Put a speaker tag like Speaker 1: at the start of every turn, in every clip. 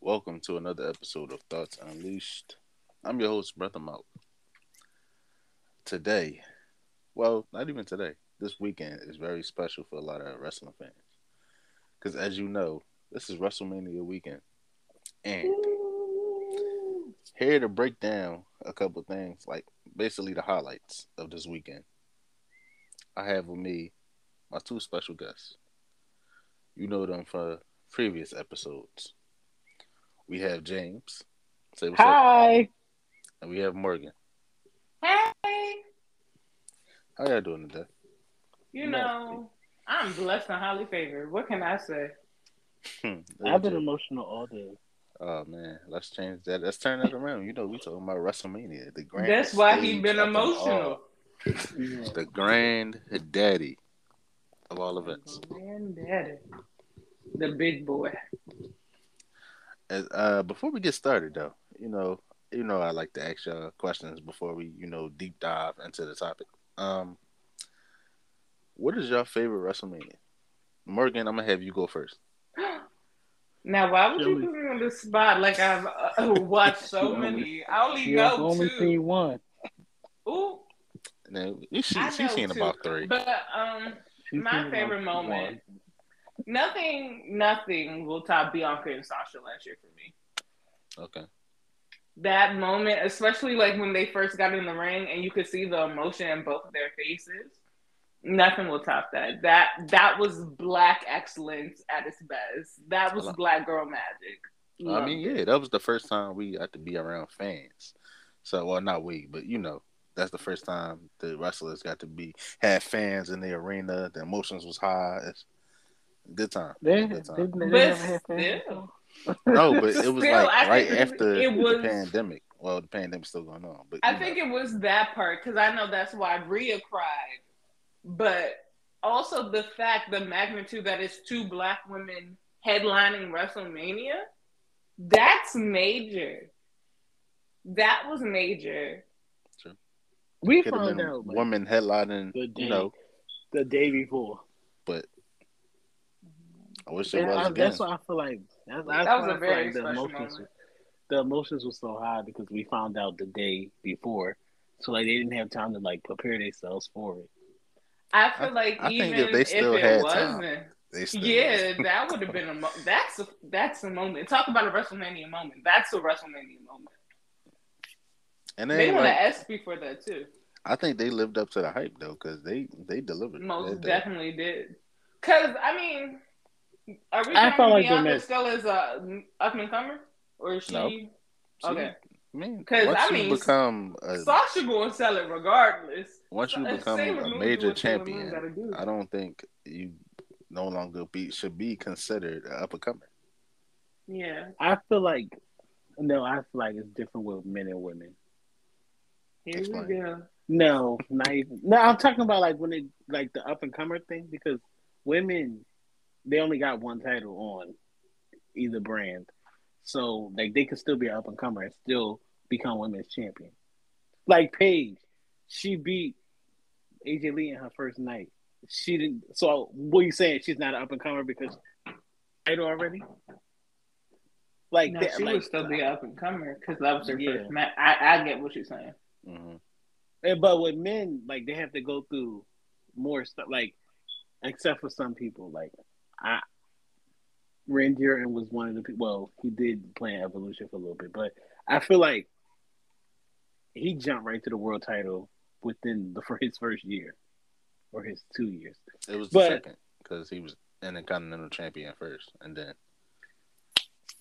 Speaker 1: Welcome to another episode of Thoughts Unleashed. I'm your host, Breatham Out. Today, well, not even today, this weekend is very special for a lot of wrestling fans. Because as you know, this is WrestleMania weekend. And here to break down a couple things, like basically the highlights of this weekend, I have with me my two special guests. You know them for previous episodes. We have James. Say what's up.
Speaker 2: Hi.
Speaker 1: And we have Morgan.
Speaker 3: Hey,
Speaker 1: How y'all doing today?
Speaker 3: you
Speaker 2: No.
Speaker 3: know, I'm blessed and highly favored. What can I say?
Speaker 1: Hmm,
Speaker 2: I've been
Speaker 1: legit.
Speaker 2: emotional all day.
Speaker 1: Oh man, let's change that. Let's turn that around. You know, we talking about WrestleMania, the grand.
Speaker 3: That's why he
Speaker 1: stage
Speaker 3: been
Speaker 1: of them
Speaker 3: emotional.
Speaker 1: all.
Speaker 2: Yeah.
Speaker 1: The grand daddy of all events.
Speaker 3: Granddaddy, the big boy.
Speaker 1: As, uh, before we get started, though, you know, you know, I like to ask y'all questions before we, you know, deep dive into the topic. Um, what is your favorite WrestleMania? Morgan, I'm gonna have you go first.
Speaker 3: Now, why would
Speaker 2: She
Speaker 3: you
Speaker 2: only-
Speaker 3: put me on the spot? Like I've uh, watched
Speaker 2: She
Speaker 3: so
Speaker 2: only-
Speaker 3: many. I only
Speaker 2: She has
Speaker 3: know
Speaker 2: only
Speaker 3: two.
Speaker 2: seen one.
Speaker 3: Ooh,
Speaker 1: And then she,
Speaker 3: I
Speaker 1: she's
Speaker 3: know
Speaker 1: seen
Speaker 3: two.
Speaker 1: about three.
Speaker 3: but um,
Speaker 2: She's
Speaker 3: My
Speaker 2: seen one-
Speaker 3: favorite moment. nothing, nothing will top Bianca and Sasha last year for me.
Speaker 1: Okay.
Speaker 3: That moment, especially like when they first got in the ring and you could see the emotion in both of their faces. Nothing will top that. That that was black excellence at its best. That was
Speaker 1: Well, I-
Speaker 3: black girl magic.
Speaker 1: I mean, yeah, that was the first time we got to be around fans. So, well, not we, but you know, that's the first time the wrestlers got to be had fans in the arena. The emotions was high. It's good time.
Speaker 2: They,
Speaker 1: Good
Speaker 2: they,
Speaker 1: time.
Speaker 2: they
Speaker 3: But
Speaker 2: never had fans.
Speaker 3: still.
Speaker 1: No, but it was
Speaker 3: Still,
Speaker 1: like
Speaker 3: I
Speaker 1: right
Speaker 3: think
Speaker 1: after
Speaker 3: it was-
Speaker 1: the pandemic. Well, the pandemic's still going on, but
Speaker 3: I
Speaker 1: you
Speaker 3: think
Speaker 1: know,
Speaker 3: it was that part because I know that's why Rhea cried, but also the fact, the magnitude that it's two black women headlining WrestleMania, that's major. That was major.
Speaker 2: We
Speaker 1: could have
Speaker 2: found
Speaker 1: been
Speaker 2: out like,
Speaker 1: women headlining.
Speaker 2: Good
Speaker 1: You know,
Speaker 2: the day before.
Speaker 1: but I wish it
Speaker 2: And
Speaker 1: was
Speaker 2: I,
Speaker 1: again.
Speaker 2: that's why I feel like that's, that's
Speaker 3: That was
Speaker 2: why I
Speaker 3: a
Speaker 2: feel
Speaker 3: very
Speaker 2: like the
Speaker 3: special
Speaker 2: emotions.
Speaker 3: moment.
Speaker 2: The emotions were so high because we found out the day before, so like they didn't have time to like prepare themselves for it.
Speaker 3: I feel
Speaker 1: I-
Speaker 3: like
Speaker 1: I think
Speaker 3: even
Speaker 1: if they still
Speaker 3: it
Speaker 1: had time,
Speaker 3: wasn't,
Speaker 1: They still-
Speaker 3: yeah, that would have been a mo- that's a, that's a moment. Talk about a WrestleMania moment. That's a WrestleMania moment.
Speaker 1: and
Speaker 3: They
Speaker 1: then
Speaker 3: want to
Speaker 1: like,
Speaker 3: ask me for that too.
Speaker 1: I think they lived up to the hype though, because they they delivered.
Speaker 3: Most
Speaker 1: They- they-
Speaker 3: definitely did. Cause I mean, are we
Speaker 2: I
Speaker 3: counting
Speaker 2: felt like they
Speaker 3: Bianca
Speaker 2: missed.
Speaker 3: still as a up and comer, or is she?
Speaker 1: No. She-
Speaker 3: Okay.
Speaker 1: Man,
Speaker 3: 'Cause,
Speaker 1: once
Speaker 3: I
Speaker 1: you
Speaker 3: mean,
Speaker 1: become a,
Speaker 3: Sasha going to sell it regardless.
Speaker 1: once you
Speaker 3: Sa-
Speaker 1: become
Speaker 3: Sailor
Speaker 1: a
Speaker 3: Moon do
Speaker 1: major
Speaker 3: what Sailor Moon
Speaker 1: champion,
Speaker 3: gotta do.
Speaker 1: I don't think you no longer be should be considered an up and comer.
Speaker 3: Yeah,
Speaker 2: I feel like no, I feel like it's different with men and women.
Speaker 3: here
Speaker 1: Explain.
Speaker 3: we go.
Speaker 2: No, not even. No, I'm talking about like when it like the up and comer thing because women they only got one title on either brand, so like they could still be an up and comer and still become women's champion. Like Paige, she beat AJ Lee in her first night. She didn't. So what you saying? She's not an up and comer because title already. Like
Speaker 3: no,
Speaker 2: that,
Speaker 3: she
Speaker 2: like-
Speaker 3: would still be up and comer because that was her
Speaker 2: Yeah.
Speaker 3: first match. I, I get what you're saying.
Speaker 1: hmm
Speaker 2: And, but with men, like they have to go through more stuff. Like, except for some people, like I, Randy Orton was one of the people. Well, he did play in Evolution for a little bit, but I feel like he jumped right to the world title within the for his first year or his two years.
Speaker 1: It was the
Speaker 2: But-
Speaker 1: second because he was an Intercontinental champion first, and then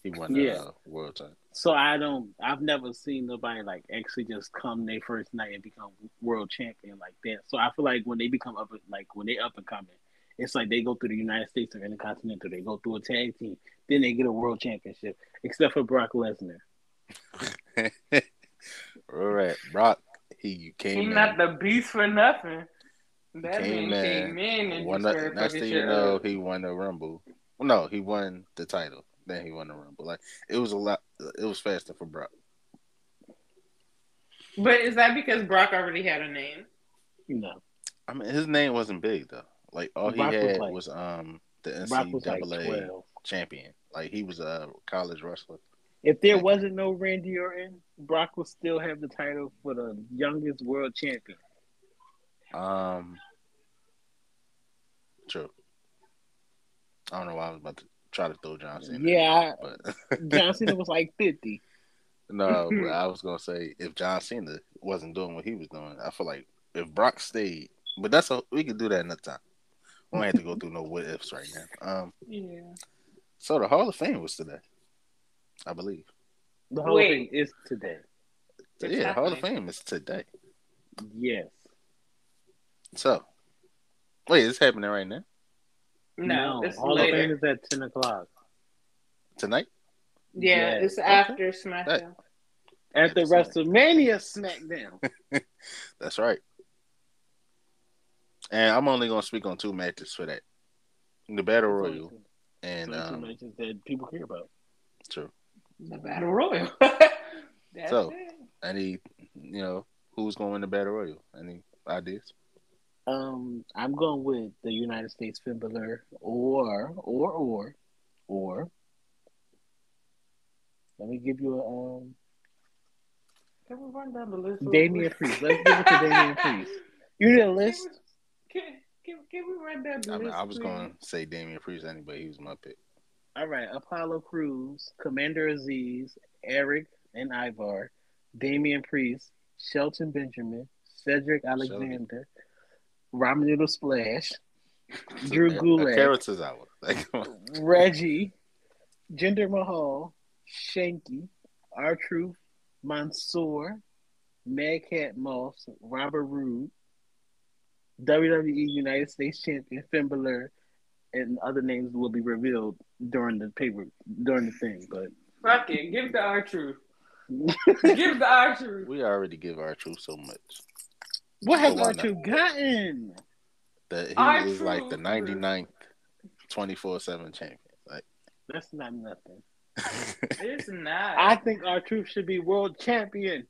Speaker 1: he won the
Speaker 2: Yeah.
Speaker 1: uh, world title.
Speaker 2: So I don't. I've never seen nobody like actually just come their first night and become world champion like that. So I feel like when they become up, like when they up and coming, it's like they go through the United States or Intercontinental. They go through a tag team, then they get a world championship. Except for Brock Lesnar.
Speaker 1: All right, Brock, he you came
Speaker 3: He
Speaker 1: in,
Speaker 3: not the beast for nothing. That
Speaker 1: Came
Speaker 3: man
Speaker 1: in,
Speaker 3: came in and
Speaker 1: won
Speaker 3: just
Speaker 1: the,
Speaker 3: started
Speaker 1: next
Speaker 3: fucking
Speaker 1: thing you
Speaker 3: shit
Speaker 1: know,
Speaker 3: up.
Speaker 1: he won the Rumble. Well, no, he won the title. Then he won the Rumble. Like it was a lot. It was faster for Brock.
Speaker 3: But is that because Brock already had a name?
Speaker 2: You know,
Speaker 1: I mean, his name wasn't big though. Like all he
Speaker 2: Brock was
Speaker 1: had
Speaker 2: like-
Speaker 1: was um the
Speaker 2: Brock was like
Speaker 1: NCAA
Speaker 2: twelve.
Speaker 1: champion. Like he was a college wrestler.
Speaker 2: If there wasn't no Randy Orton, Brock would still have the title for the youngest world champion.
Speaker 1: Um, true. I don't know why I was about to try to throw Johnson.
Speaker 2: Yeah,
Speaker 1: but
Speaker 2: John Cena was like fifty.
Speaker 1: no, but I was gonna say if John Cena wasn't doing what he was doing, I feel like if Brock stayed, but that's a we could do that another time. We don't have to go through no what ifs right now. Um,
Speaker 3: Yeah.
Speaker 1: so the Hall of Fame was today, I believe.
Speaker 2: The whole thing
Speaker 3: Wait.
Speaker 2: is today.
Speaker 3: It's
Speaker 1: yeah, Hall of
Speaker 3: happening.
Speaker 1: Fame is today.
Speaker 2: Yes.
Speaker 1: So, wait, it's happening right now
Speaker 3: No, it's
Speaker 2: Hall
Speaker 3: later.
Speaker 2: of Fame is at ten o'clock.
Speaker 1: tonight.
Speaker 3: yeah,
Speaker 2: Yes.
Speaker 3: it's after SmackDown.
Speaker 2: At the WrestleMania SmackDown.
Speaker 1: That's right. And I'm only gonna speak on two matches for that: the Battle Royal and
Speaker 2: Those two
Speaker 1: um,
Speaker 2: matches that people care about.
Speaker 1: true.
Speaker 3: The Battle Royal. That's
Speaker 1: So-
Speaker 3: it.
Speaker 1: Any, you know, who's gonna win the Battle Royal? Any ideas?
Speaker 2: Um, I'm going with the United States Finn Balor or or or or. Let me give you a um.
Speaker 3: Can we run down the list? real
Speaker 2: Damian
Speaker 3: quick?
Speaker 2: Priest. Let's give it to Damian Priest. You need a list.
Speaker 3: Can, can, can we run down the
Speaker 1: I, mean,
Speaker 3: list?
Speaker 1: I was
Speaker 3: please?
Speaker 1: gonna say Damian Priest anyway. He was my pick.
Speaker 2: All right, Apollo Cruz, Commander Aziz, Eric and Ivar, Damian Priest, Shelton Benjamin, Cedric Alexander, Ramen Noodle Splash, Drew Gulak.
Speaker 1: Characters hour. Like, come on.
Speaker 2: Reggie, Jinder Mahal, Shanky, R Truth, Mansoor, Madcap Moss, Robert Roode, WWE United States Champion Finn Balor, and other names will be revealed during the paper during the thing. But
Speaker 3: Fuck it. Give the R truth. Give the R truth.
Speaker 1: we already give our truth so much
Speaker 2: what have
Speaker 1: Why
Speaker 2: R
Speaker 1: not?
Speaker 2: Truth gotten?
Speaker 1: that he
Speaker 3: Our
Speaker 1: is like the
Speaker 3: Truth.
Speaker 1: 99th 24 seven champion. Like,
Speaker 2: That's not nothing.
Speaker 3: It's not.
Speaker 2: I think R Truth should be world champion.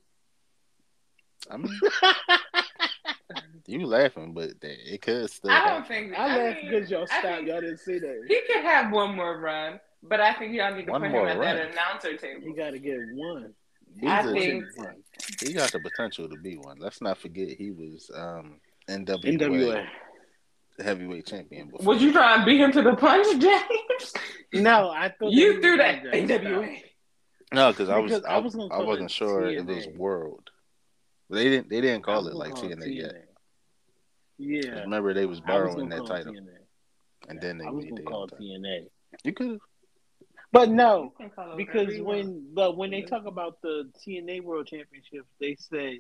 Speaker 1: I mean, you laughing, but that- it could still.
Speaker 3: I don't
Speaker 1: happen.
Speaker 3: think.
Speaker 2: I laugh
Speaker 3: mean,
Speaker 2: because y'all
Speaker 3: I
Speaker 2: stopped.
Speaker 3: think
Speaker 2: Y'all didn't see that.
Speaker 3: He could have one more run, but I think y'all need to
Speaker 1: One
Speaker 3: put him
Speaker 1: more
Speaker 3: at
Speaker 1: run.
Speaker 3: that announcer
Speaker 2: You
Speaker 3: table.
Speaker 2: got to get one.
Speaker 1: He's
Speaker 3: I
Speaker 1: a-
Speaker 3: think-
Speaker 1: he got the potential to be one. Let's not forget he was um, NWA,
Speaker 2: NWA.
Speaker 1: heavyweight champion before.
Speaker 3: Would you try and beat him to the punch, James?
Speaker 2: No, I thought that
Speaker 3: you
Speaker 2: he
Speaker 3: threw
Speaker 2: was
Speaker 3: that
Speaker 2: gonna jump.
Speaker 3: NWA.
Speaker 1: No, because I was
Speaker 2: Because
Speaker 1: I,
Speaker 2: I
Speaker 1: I,
Speaker 2: was gonna call
Speaker 1: wasn't
Speaker 2: it
Speaker 1: sure if it was
Speaker 2: TNA.
Speaker 1: World. They didn't they didn't
Speaker 2: I
Speaker 1: call
Speaker 2: was
Speaker 1: it
Speaker 2: gonna
Speaker 1: like TNA, yet.
Speaker 2: Yeah,
Speaker 1: Remember they was
Speaker 2: I was gonna
Speaker 1: borrowing that
Speaker 2: call it
Speaker 1: title,
Speaker 2: TNA.
Speaker 1: and then they
Speaker 2: I was
Speaker 1: made
Speaker 2: gonna
Speaker 1: their
Speaker 2: call
Speaker 1: own
Speaker 2: it
Speaker 1: title.
Speaker 2: TNA.
Speaker 1: You could
Speaker 2: But no,
Speaker 3: You can call it whatever
Speaker 2: Oh, because
Speaker 3: you want.
Speaker 2: when but when they talk about the TNA World Championship, they say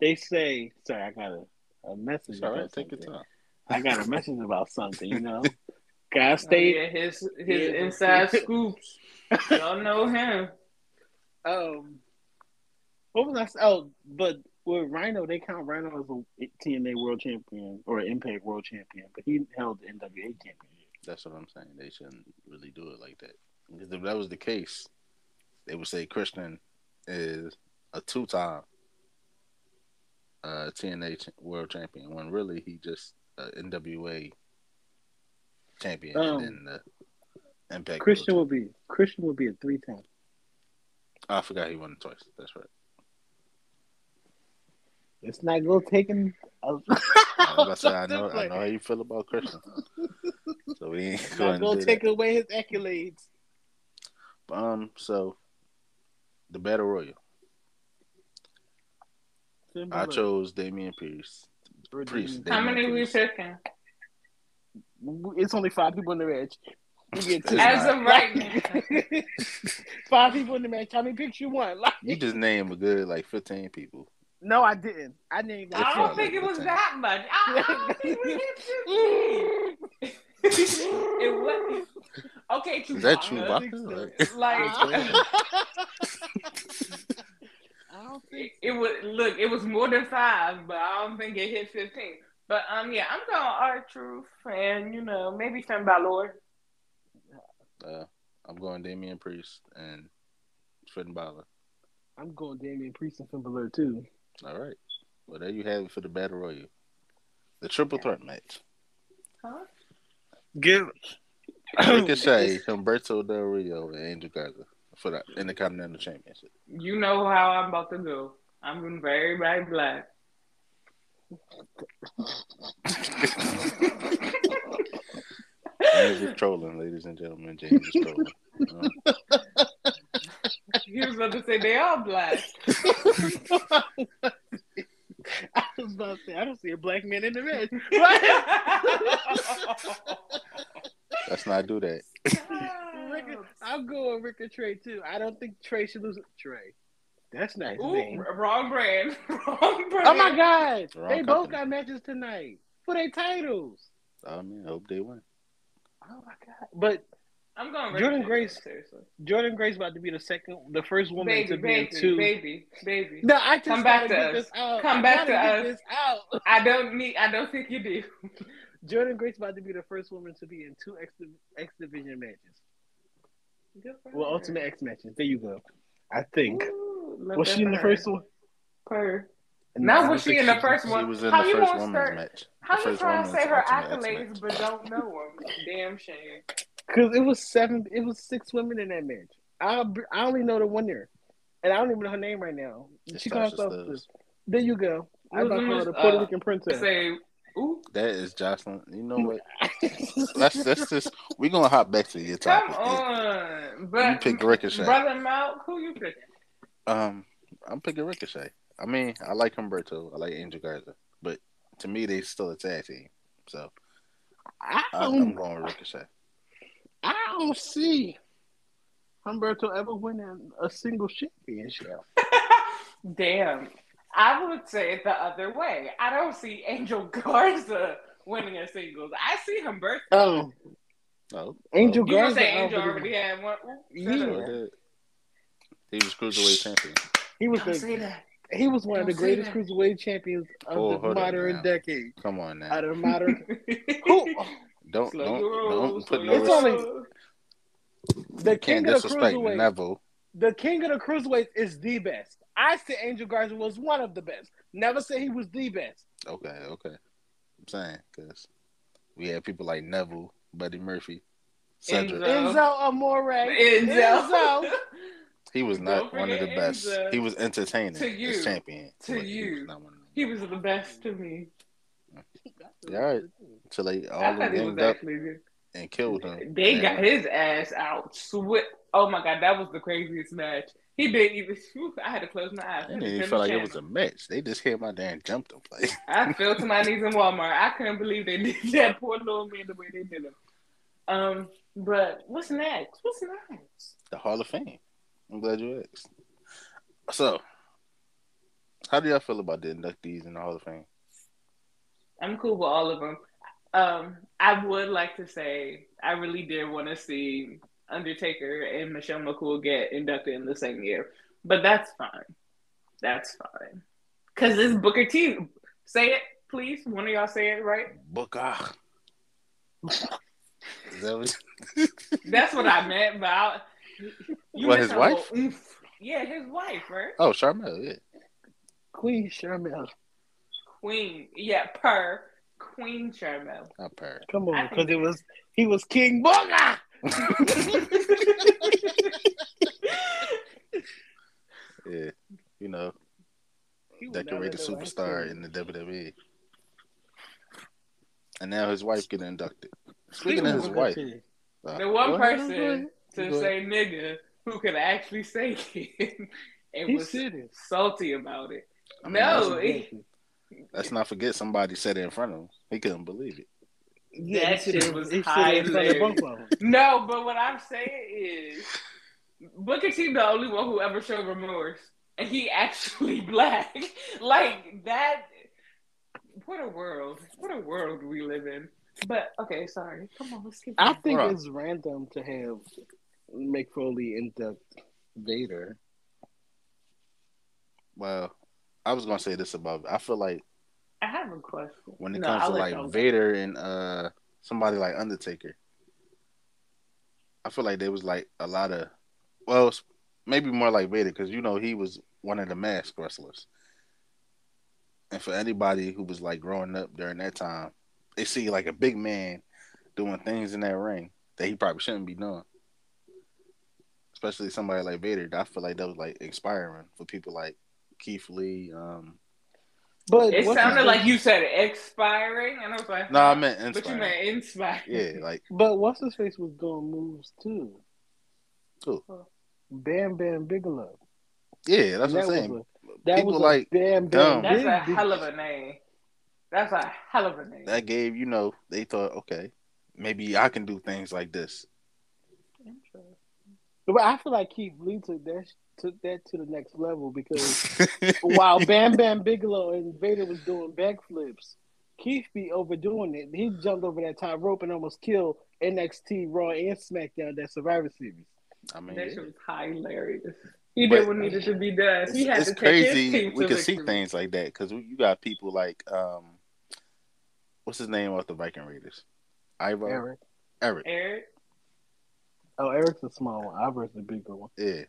Speaker 2: they say. Sorry, I got a, a message.
Speaker 1: it's all right.
Speaker 2: about
Speaker 1: Take your
Speaker 2: something.
Speaker 1: time.
Speaker 2: I got a message about something. You know, gotta stay.
Speaker 3: Oh, yeah, his his
Speaker 2: Yeah.
Speaker 3: inside scoops. Y'all know him.
Speaker 2: Um, what was I? s- Oh, but with Rhino, they count Rhino as a TNA World Champion or Impact World Champion, but he held the NWA Championship.
Speaker 1: That's what I'm saying. They shouldn't really do it like that. Because if that was the case, they would say Christian is a two-time uh, TNA ch- world champion when really he just uh, NWA champion
Speaker 2: Um,
Speaker 1: and then the Impact.
Speaker 2: Christian
Speaker 1: World
Speaker 2: would be Christian would be a three time.
Speaker 1: Champion. I forgot he won it twice. That's right.
Speaker 2: It's not go taking. A,
Speaker 1: I, was about to say, I know. I know how you feel about Christian. so we ain't
Speaker 2: Not
Speaker 1: going
Speaker 2: go
Speaker 1: to
Speaker 2: take away his accolades.
Speaker 1: Um. So the battle royal. I
Speaker 2: Timberlake,
Speaker 1: chose Damian Pierce.
Speaker 2: Virginia.
Speaker 1: Priest.
Speaker 3: How
Speaker 1: Damian
Speaker 3: many we
Speaker 1: Priest.
Speaker 3: picking?
Speaker 2: It's only five people in the match. You get two.
Speaker 3: As
Speaker 1: not.
Speaker 3: of right now.
Speaker 2: five people in the match. How many picks you want? Like,
Speaker 1: You just named a good like 15 people.
Speaker 2: no, I didn't. I named.
Speaker 1: It's
Speaker 3: I
Speaker 2: like-
Speaker 1: not
Speaker 3: don't think
Speaker 1: like
Speaker 3: it was
Speaker 1: the
Speaker 3: that much. I, I don't think we hit you. it was okay. Chewbacca.
Speaker 1: Is that
Speaker 2: I think
Speaker 1: Chewbacca?
Speaker 2: so.
Speaker 1: Like,
Speaker 3: Like
Speaker 2: I don't think.
Speaker 3: it was. Look, it was more than five, but I don't think it hit fifteen. But um, yeah, I'm going R Truth, and you know maybe Finn Balor.
Speaker 1: uh, I'm going Damian Priest and Finn Balor.
Speaker 2: I'm going Damian Priest and Finn Balor too.
Speaker 1: All right. Well, there you have it for the Battle Royal. The Triple Threat match.
Speaker 3: Huh?
Speaker 4: Give
Speaker 1: Ricochet, Humberto Del Rio, and Angel Garza for the Intercontinental Championship.
Speaker 3: You know how I'm about to go. I'm going for everybody black.
Speaker 1: James is trolling, ladies and gentlemen. James is trolling. Um,
Speaker 3: He was about to say they are black.
Speaker 2: I was about to say, I don't see a black man in the match.
Speaker 1: let's not do that.
Speaker 2: Rick- I'm going Rick and Trey too. I don't think Trey should lose. Trey, that's not his
Speaker 3: Ooh,
Speaker 2: name.
Speaker 3: wrong brand. Wrong brand.
Speaker 2: Oh my God!
Speaker 1: Wrong
Speaker 2: they both
Speaker 1: company.
Speaker 2: got matches tonight for their titles.
Speaker 1: I mean, I hope they win.
Speaker 2: Oh my God! But
Speaker 3: I'm going Rick
Speaker 2: Jordan
Speaker 3: James,
Speaker 2: Grace.
Speaker 3: Seriously.
Speaker 2: Jordan Gray's about to be the second, the first woman
Speaker 3: Baby,
Speaker 2: to be in
Speaker 3: baby,
Speaker 2: two.
Speaker 3: baby, baby.
Speaker 2: No, I just
Speaker 3: Come back
Speaker 2: gotta
Speaker 3: to
Speaker 2: get
Speaker 3: us.
Speaker 2: this out.
Speaker 3: Come
Speaker 2: I
Speaker 3: back to
Speaker 2: gotta
Speaker 3: us.
Speaker 2: get This out.
Speaker 3: I don't need. I don't think you do.
Speaker 2: Jordan Gray's about to be the first woman to be in two X, X division matches.
Speaker 3: Good for
Speaker 2: Well,
Speaker 3: her.
Speaker 2: Ultimate X matches. There you go. I think.
Speaker 3: Ooh, look
Speaker 2: Was
Speaker 3: at
Speaker 2: she in the
Speaker 3: her.
Speaker 2: first one?
Speaker 3: Per.
Speaker 1: I
Speaker 3: Not
Speaker 1: don't
Speaker 3: was she
Speaker 1: think
Speaker 3: in the first
Speaker 1: She
Speaker 3: one.
Speaker 1: was in
Speaker 3: How
Speaker 1: the
Speaker 3: you
Speaker 1: first
Speaker 3: gonna
Speaker 1: women's
Speaker 3: start?
Speaker 1: match.
Speaker 3: How
Speaker 1: The
Speaker 3: you
Speaker 1: first
Speaker 3: trying to say
Speaker 1: women's
Speaker 3: her
Speaker 1: Ultimate X match.
Speaker 3: accolades but don't know them? Damn shame.
Speaker 2: Because it was seven. It was six women in that match. I I only know the winner, and I don't even know her name right now.
Speaker 1: It's
Speaker 2: she calls
Speaker 1: Tasha
Speaker 2: herself.
Speaker 1: Stebbs.
Speaker 2: There you go. I
Speaker 3: Who's
Speaker 2: about to
Speaker 3: in
Speaker 2: call her
Speaker 3: this,
Speaker 2: the Puerto
Speaker 3: uh,
Speaker 2: Rican princess.
Speaker 3: Say, ooh,
Speaker 1: That is Jocelyn. You know what? Let's let's just we're gonna hop back to your
Speaker 3: come
Speaker 1: topic.
Speaker 3: on,
Speaker 1: You
Speaker 3: but
Speaker 1: pick Ricochet.
Speaker 3: brother Mount, who you picking?
Speaker 1: Um, I'm picking Ricochet. I mean, I like Humberto. I like Angel Garza, but to me, they still a tag team. So
Speaker 2: I
Speaker 1: I,
Speaker 2: don't.
Speaker 1: I'm going with Ricochet.
Speaker 2: I don't see Humberto ever winning a single championship.
Speaker 3: Damn, I would say it the other way. I don't see Angel Garza winning a singles. I see Humberto.
Speaker 2: Oh,
Speaker 1: No,
Speaker 2: Angel
Speaker 3: You would
Speaker 2: Garza.
Speaker 3: say
Speaker 2: I don't
Speaker 3: Angel
Speaker 2: think-
Speaker 3: already had one? Ooh, shut
Speaker 2: Yeah.
Speaker 3: up.
Speaker 1: so did. He was cruiserweight champion.
Speaker 2: He was
Speaker 3: Don't say
Speaker 2: the,
Speaker 3: that.
Speaker 2: he was one of the
Speaker 3: Don't say
Speaker 2: greatest
Speaker 3: that.
Speaker 2: cruiserweight champions
Speaker 1: Oh,
Speaker 2: of
Speaker 1: hold
Speaker 2: the
Speaker 1: on
Speaker 2: modern
Speaker 1: now.
Speaker 2: decade.
Speaker 1: Come on now,
Speaker 2: Out of modern, who
Speaker 1: don't
Speaker 3: Slow
Speaker 1: don't,
Speaker 3: your roll,
Speaker 1: don't
Speaker 3: slow
Speaker 1: put
Speaker 3: your
Speaker 1: no.
Speaker 2: It's
Speaker 1: res-
Speaker 2: only-
Speaker 3: roll.
Speaker 2: the
Speaker 1: you can't
Speaker 2: king of the
Speaker 1: disrespect
Speaker 2: cruiserweight.
Speaker 1: Neville.
Speaker 2: The king of the cruiserweights is the best. I said Angel Garza was one of the best. Never said he was the best.
Speaker 1: Okay, okay. I'm saying because we had people like Neville, Buddy Murphy, Cedric.
Speaker 3: Enzo. No.
Speaker 2: Enzo Amore.
Speaker 3: Enzo.
Speaker 1: He was not
Speaker 3: Don't
Speaker 1: one of the
Speaker 3: forget
Speaker 1: best.
Speaker 3: Enzo.
Speaker 1: He was entertaining
Speaker 3: uh, To
Speaker 1: as
Speaker 3: you.
Speaker 1: champion.
Speaker 3: To
Speaker 1: but he
Speaker 3: you.
Speaker 1: was not one of them.
Speaker 3: He was the best to me.
Speaker 1: Yeah, all right. So they all
Speaker 3: I
Speaker 1: of
Speaker 3: thought
Speaker 1: them
Speaker 3: he was
Speaker 1: ganged up
Speaker 3: actually good.
Speaker 1: and killed him.
Speaker 3: They
Speaker 1: And
Speaker 3: got his ass out. Swi oh my god, that was the craziest match. He didn't even. whew, I had to close my eyes.
Speaker 1: It didn't even feel like it was a match. They just came out there and jumped him. Like,
Speaker 3: I fell to my knees in Walmart. I couldn't believe they did that poor little man the way they did him. Um, but what's next? What's next?
Speaker 1: the Hall of Fame. I'm glad you asked. So, how do y'all feel about the inductees in the Hall of Fame?
Speaker 3: I'm cool with all of them. Um, I would like to say I really did want to see Undertaker and Michelle McCool get inducted in the same year, but that's fine. That's fine. Cause it's Booker T. Say it, please. One of y'all say it right.
Speaker 1: Booker. Is that what
Speaker 3: That's what I meant. But I, you
Speaker 1: What,
Speaker 3: missed
Speaker 1: his
Speaker 3: the whole
Speaker 1: wife?
Speaker 3: oomph. Yeah, his wife, right?
Speaker 1: Oh, Charmel, yeah.
Speaker 2: Queen Charmel.
Speaker 3: Queen. Yeah, per Queen Charmel.
Speaker 1: Not Perry.
Speaker 2: Come
Speaker 3: I
Speaker 2: on,
Speaker 3: think-
Speaker 2: because it was he was King Booger.
Speaker 1: Yeah. You know,
Speaker 2: He was
Speaker 1: decorated
Speaker 2: never the
Speaker 1: superstar
Speaker 2: last
Speaker 1: in the WWE. And now his wife getting inducted. Speaking
Speaker 2: king.
Speaker 1: of his wife, uh,
Speaker 3: The one
Speaker 1: what?
Speaker 3: person to
Speaker 1: Go
Speaker 3: say nigga who could actually say it and
Speaker 2: he
Speaker 3: was
Speaker 2: said it.
Speaker 3: salty about it.
Speaker 1: I mean,
Speaker 3: no,
Speaker 1: that's-
Speaker 3: it-
Speaker 1: Let's not forget somebody said it in front of him. He couldn't believe it.
Speaker 2: Yeah,
Speaker 3: That
Speaker 2: he said it-
Speaker 3: shit was
Speaker 2: he said it in front of both of them.
Speaker 3: no, but what I'm saying is Booker T the only one who ever showed remorse. And he actually black. like that what a world. What a world we live in. But okay, sorry. Come on, let's keep
Speaker 2: I
Speaker 3: going.
Speaker 2: think
Speaker 1: Hold on.
Speaker 2: it's random to have Mick Foley induct Vader.
Speaker 1: Well, I was gonna say this about. I feel like
Speaker 3: I have a question.
Speaker 1: when it
Speaker 3: No,
Speaker 1: comes
Speaker 3: I'll
Speaker 1: to
Speaker 3: let
Speaker 1: like
Speaker 3: y'all go.
Speaker 1: Vader and uh somebody like Undertaker, I feel like there was like a lot of, well, s- maybe more like Vader because you know he was one of the mask wrestlers, and for anybody who was like growing up during that time, they see like a big man doing things in that ring that he probably shouldn't be doing. Especially somebody like Vader. I feel like that was like inspiring for people like Keith Lee. Um,
Speaker 2: But
Speaker 3: It
Speaker 2: what's
Speaker 3: sounded
Speaker 2: his-
Speaker 3: like you said expiring, and I was like,
Speaker 1: no, I meant
Speaker 3: but you
Speaker 1: inspiring.
Speaker 3: meant inspiring.
Speaker 1: Yeah, like
Speaker 2: But what's his face was doing moves too.
Speaker 1: Who?
Speaker 2: Bam Bam Bigelow.
Speaker 1: yeah, that's what I'm
Speaker 2: was
Speaker 1: saying.
Speaker 2: a- that
Speaker 1: People
Speaker 2: was a
Speaker 1: like um,
Speaker 2: Bam
Speaker 1: dumb.
Speaker 2: Bam.
Speaker 3: That's a
Speaker 2: Big-
Speaker 3: hell of a name. That's a hell of a name.
Speaker 1: That gave you know they thought okay maybe I can do things like this.
Speaker 2: But I feel like Keith Lee took that took that to the next level because while Bam Bam Bigelow and Vader was doing backflips, Keith be overdoing it. He jumped over that top rope and almost killed NXT Raw and SmackDown that Survivor Series.
Speaker 1: I mean,
Speaker 3: That
Speaker 1: yeah.
Speaker 3: shit was hilarious. He
Speaker 1: But-
Speaker 3: did what needed to be done. He had
Speaker 1: it's
Speaker 3: to take his
Speaker 1: crazy.
Speaker 3: team
Speaker 1: We
Speaker 3: to
Speaker 1: can see
Speaker 3: victory.
Speaker 1: things like that because you got people like um, what's his name off the Viking Raiders, Ivo Eric.
Speaker 2: Eric. Oh, Eric's a small one. Albert's a bigger one.
Speaker 1: Yeah,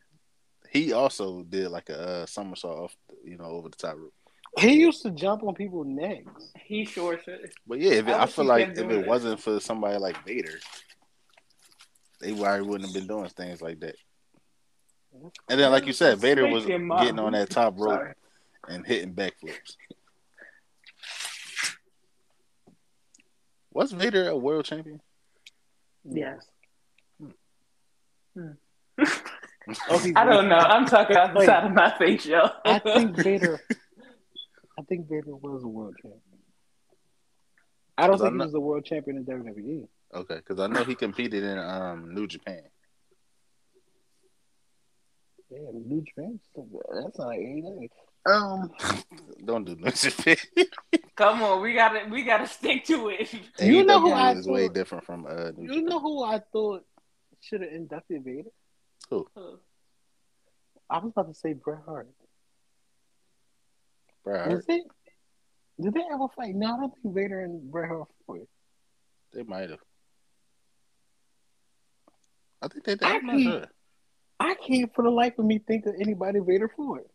Speaker 1: he also did like a uh, somersault off, the- you know, over the top rope.
Speaker 2: He used to jump on people's necks.
Speaker 3: He sure should.
Speaker 1: But yeah, if it,
Speaker 3: I
Speaker 1: I,
Speaker 3: wish
Speaker 1: feel
Speaker 3: he
Speaker 1: like
Speaker 3: kept
Speaker 1: if
Speaker 3: doing
Speaker 1: it
Speaker 3: that.
Speaker 1: wasn't for somebody like Vader, they probably wouldn't have been doing things like that. And then, like you said, Vader was
Speaker 3: Speaking of-
Speaker 1: getting on that top rope
Speaker 3: Sorry.
Speaker 1: and hitting backflips. Was Vader a world champion?
Speaker 3: Yes.
Speaker 2: Oh, he's-
Speaker 3: I don't know. I'm talking
Speaker 2: Wait.
Speaker 3: outside of my face, yo.
Speaker 2: I think Vader. I think Vader was a world champion. I don't
Speaker 1: Cause
Speaker 2: think
Speaker 1: I'm
Speaker 2: he
Speaker 1: not-
Speaker 2: was a world champion in E. WWE.
Speaker 1: Okay, because I know he competed in um, New Japan.
Speaker 2: Yeah, New Japan. That's not eighty. Um,
Speaker 1: Don't do New Japan.
Speaker 3: Come on, we gotta we gotta stick to it.
Speaker 2: You know who
Speaker 1: AEW
Speaker 2: I
Speaker 1: is way
Speaker 2: thought-
Speaker 1: different from uh, New
Speaker 2: you know who I thought should have inducted Vader? I was about to say Bret Hart.
Speaker 1: Japan. Bret
Speaker 2: Was it? Did they ever fight? No, I don't think Vader and Bret Hart fought.
Speaker 1: They might have. I think they did. I'm not
Speaker 2: Actually-
Speaker 1: sure.
Speaker 2: I can't for the life of me think of anybody Vader fought.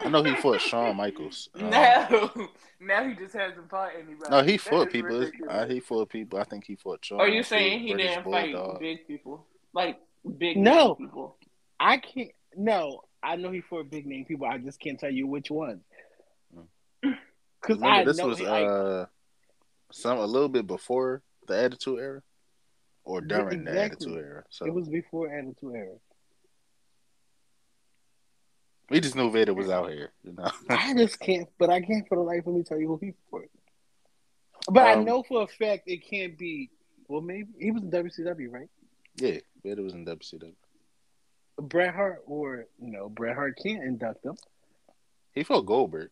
Speaker 1: I know he fought Shawn Michaels. Um,
Speaker 3: No, now he just hasn't fought anybody.
Speaker 1: No, he
Speaker 3: That
Speaker 1: fought
Speaker 3: is
Speaker 1: people.
Speaker 3: ridiculous.
Speaker 1: Uh, he fought people. I think he fought Shawn.
Speaker 3: Are you
Speaker 1: Michaels,
Speaker 3: saying he
Speaker 1: British
Speaker 3: didn't
Speaker 1: Bulldog.
Speaker 3: fight big people, like big
Speaker 2: No.
Speaker 3: name people?
Speaker 2: I can't. No, I know he fought big name people. I just can't tell you which ones.
Speaker 1: Mm.
Speaker 2: Because
Speaker 1: Remember,
Speaker 2: I
Speaker 1: this
Speaker 2: know
Speaker 1: was
Speaker 2: he- I-
Speaker 1: uh, some a little bit before the Attitude Era, or
Speaker 2: Yeah,
Speaker 1: during the
Speaker 2: exactly.
Speaker 1: Attitude Era. So
Speaker 2: it was before Attitude Era.
Speaker 1: we just knew Vader was out here. You know,
Speaker 2: I just can't, but I can't for the life of me tell you who he fought. But I
Speaker 1: Um,
Speaker 2: know for a fact it can't be. Well, maybe he was in WCW, right?
Speaker 1: yeah, Vader was in WCW.
Speaker 2: Bret Hart or no, Bret Hart can't induct him.
Speaker 1: He fought Goldberg.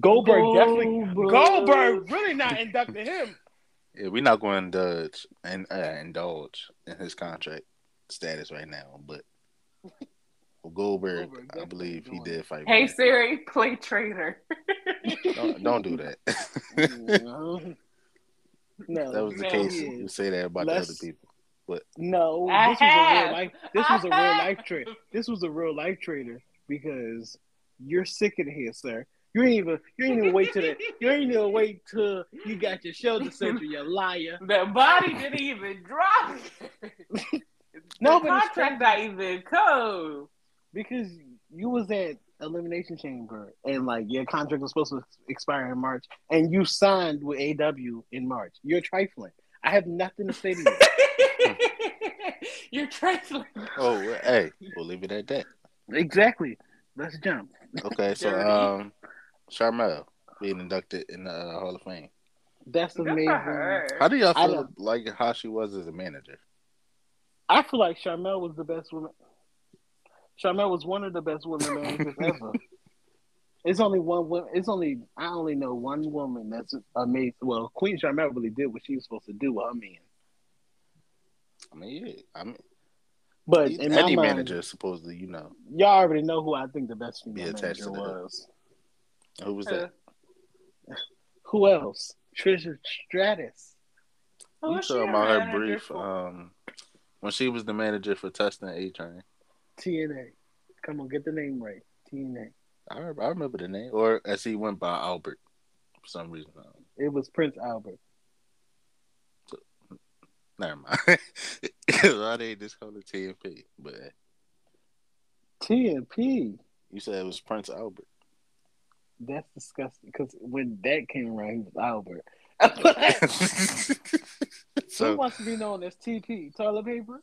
Speaker 2: Goldberg definitely.
Speaker 3: Goldberg.
Speaker 2: Goldberg really not inducted him.
Speaker 1: Yeah, we're not going to indulge and uh, indulge in his contract status right now, but Goldberg,
Speaker 2: Goldberg
Speaker 1: I
Speaker 2: definitely
Speaker 1: believe he
Speaker 2: doing
Speaker 1: did fight.
Speaker 3: Hey
Speaker 1: Vader.
Speaker 3: Siri, play traitor.
Speaker 1: don't, don't do that.
Speaker 2: no, no,
Speaker 1: that was the
Speaker 3: No.
Speaker 1: case.
Speaker 2: Yeah.
Speaker 1: You say that about
Speaker 2: Let's-
Speaker 1: the other people.
Speaker 2: No,
Speaker 3: I
Speaker 2: this was a
Speaker 3: have.
Speaker 2: real life. This
Speaker 3: I
Speaker 2: was a real
Speaker 3: have.
Speaker 2: life trade. This was a real life trader because you're sick of here, sir. You ain't even. You ain't even wait till the, You ain't even wait till you got your shoulder surgery. You liar.
Speaker 3: The body didn't even drop.
Speaker 2: No,
Speaker 3: the
Speaker 2: but it's
Speaker 3: contract not even code.
Speaker 2: Because you was at Elimination Chamber and like your contract was supposed to expire in March, and you signed with AW in March. You're trifling. I have nothing to say to you.
Speaker 3: You're trifling.
Speaker 1: Oh, well, hey, we'll leave it at that.
Speaker 2: exactly. Let's jump.
Speaker 1: Okay, so
Speaker 3: Dirty.
Speaker 1: um, Charmel being inducted in the uh, Hall of Fame.
Speaker 2: That's
Speaker 3: Good for her.
Speaker 2: amazing.
Speaker 1: How do y'all
Speaker 2: I
Speaker 1: feel
Speaker 2: don't-
Speaker 1: like how she was as a manager?
Speaker 2: I feel like Charmel was the best woman. Charmel was one of the best women managers ever. It's only one woman. It's only I only know one woman that's amazing. Well, Queen Charmel really did what she was supposed to do. with her man.
Speaker 1: I mean, yeah, I mean,
Speaker 2: but in my
Speaker 1: any
Speaker 2: mind,
Speaker 1: manager is supposed to, you know,
Speaker 2: y'all already know who I think the best female
Speaker 1: Be attached
Speaker 2: manager
Speaker 1: to that.
Speaker 2: was.
Speaker 1: who was that?
Speaker 2: Who else? Trisha Stratus.
Speaker 3: Who
Speaker 1: you
Speaker 3: is Oh, she a
Speaker 1: talking about her
Speaker 3: manager
Speaker 1: brief
Speaker 3: for?
Speaker 1: um when she was the manager for Tustin A Train.
Speaker 2: TNA. Come on, get the name right. TNA.
Speaker 1: I remember, I remember the name, or as he went by Albert for some reason. I don't know.
Speaker 2: It was Prince Albert.
Speaker 1: Never mind. I didn't just call it TMP, but
Speaker 2: TNP.
Speaker 1: you said it was Prince Albert.
Speaker 2: That's disgusting. Because when that came around, he was Albert. Who
Speaker 1: so
Speaker 2: wants to be known as TP? Toilet paper?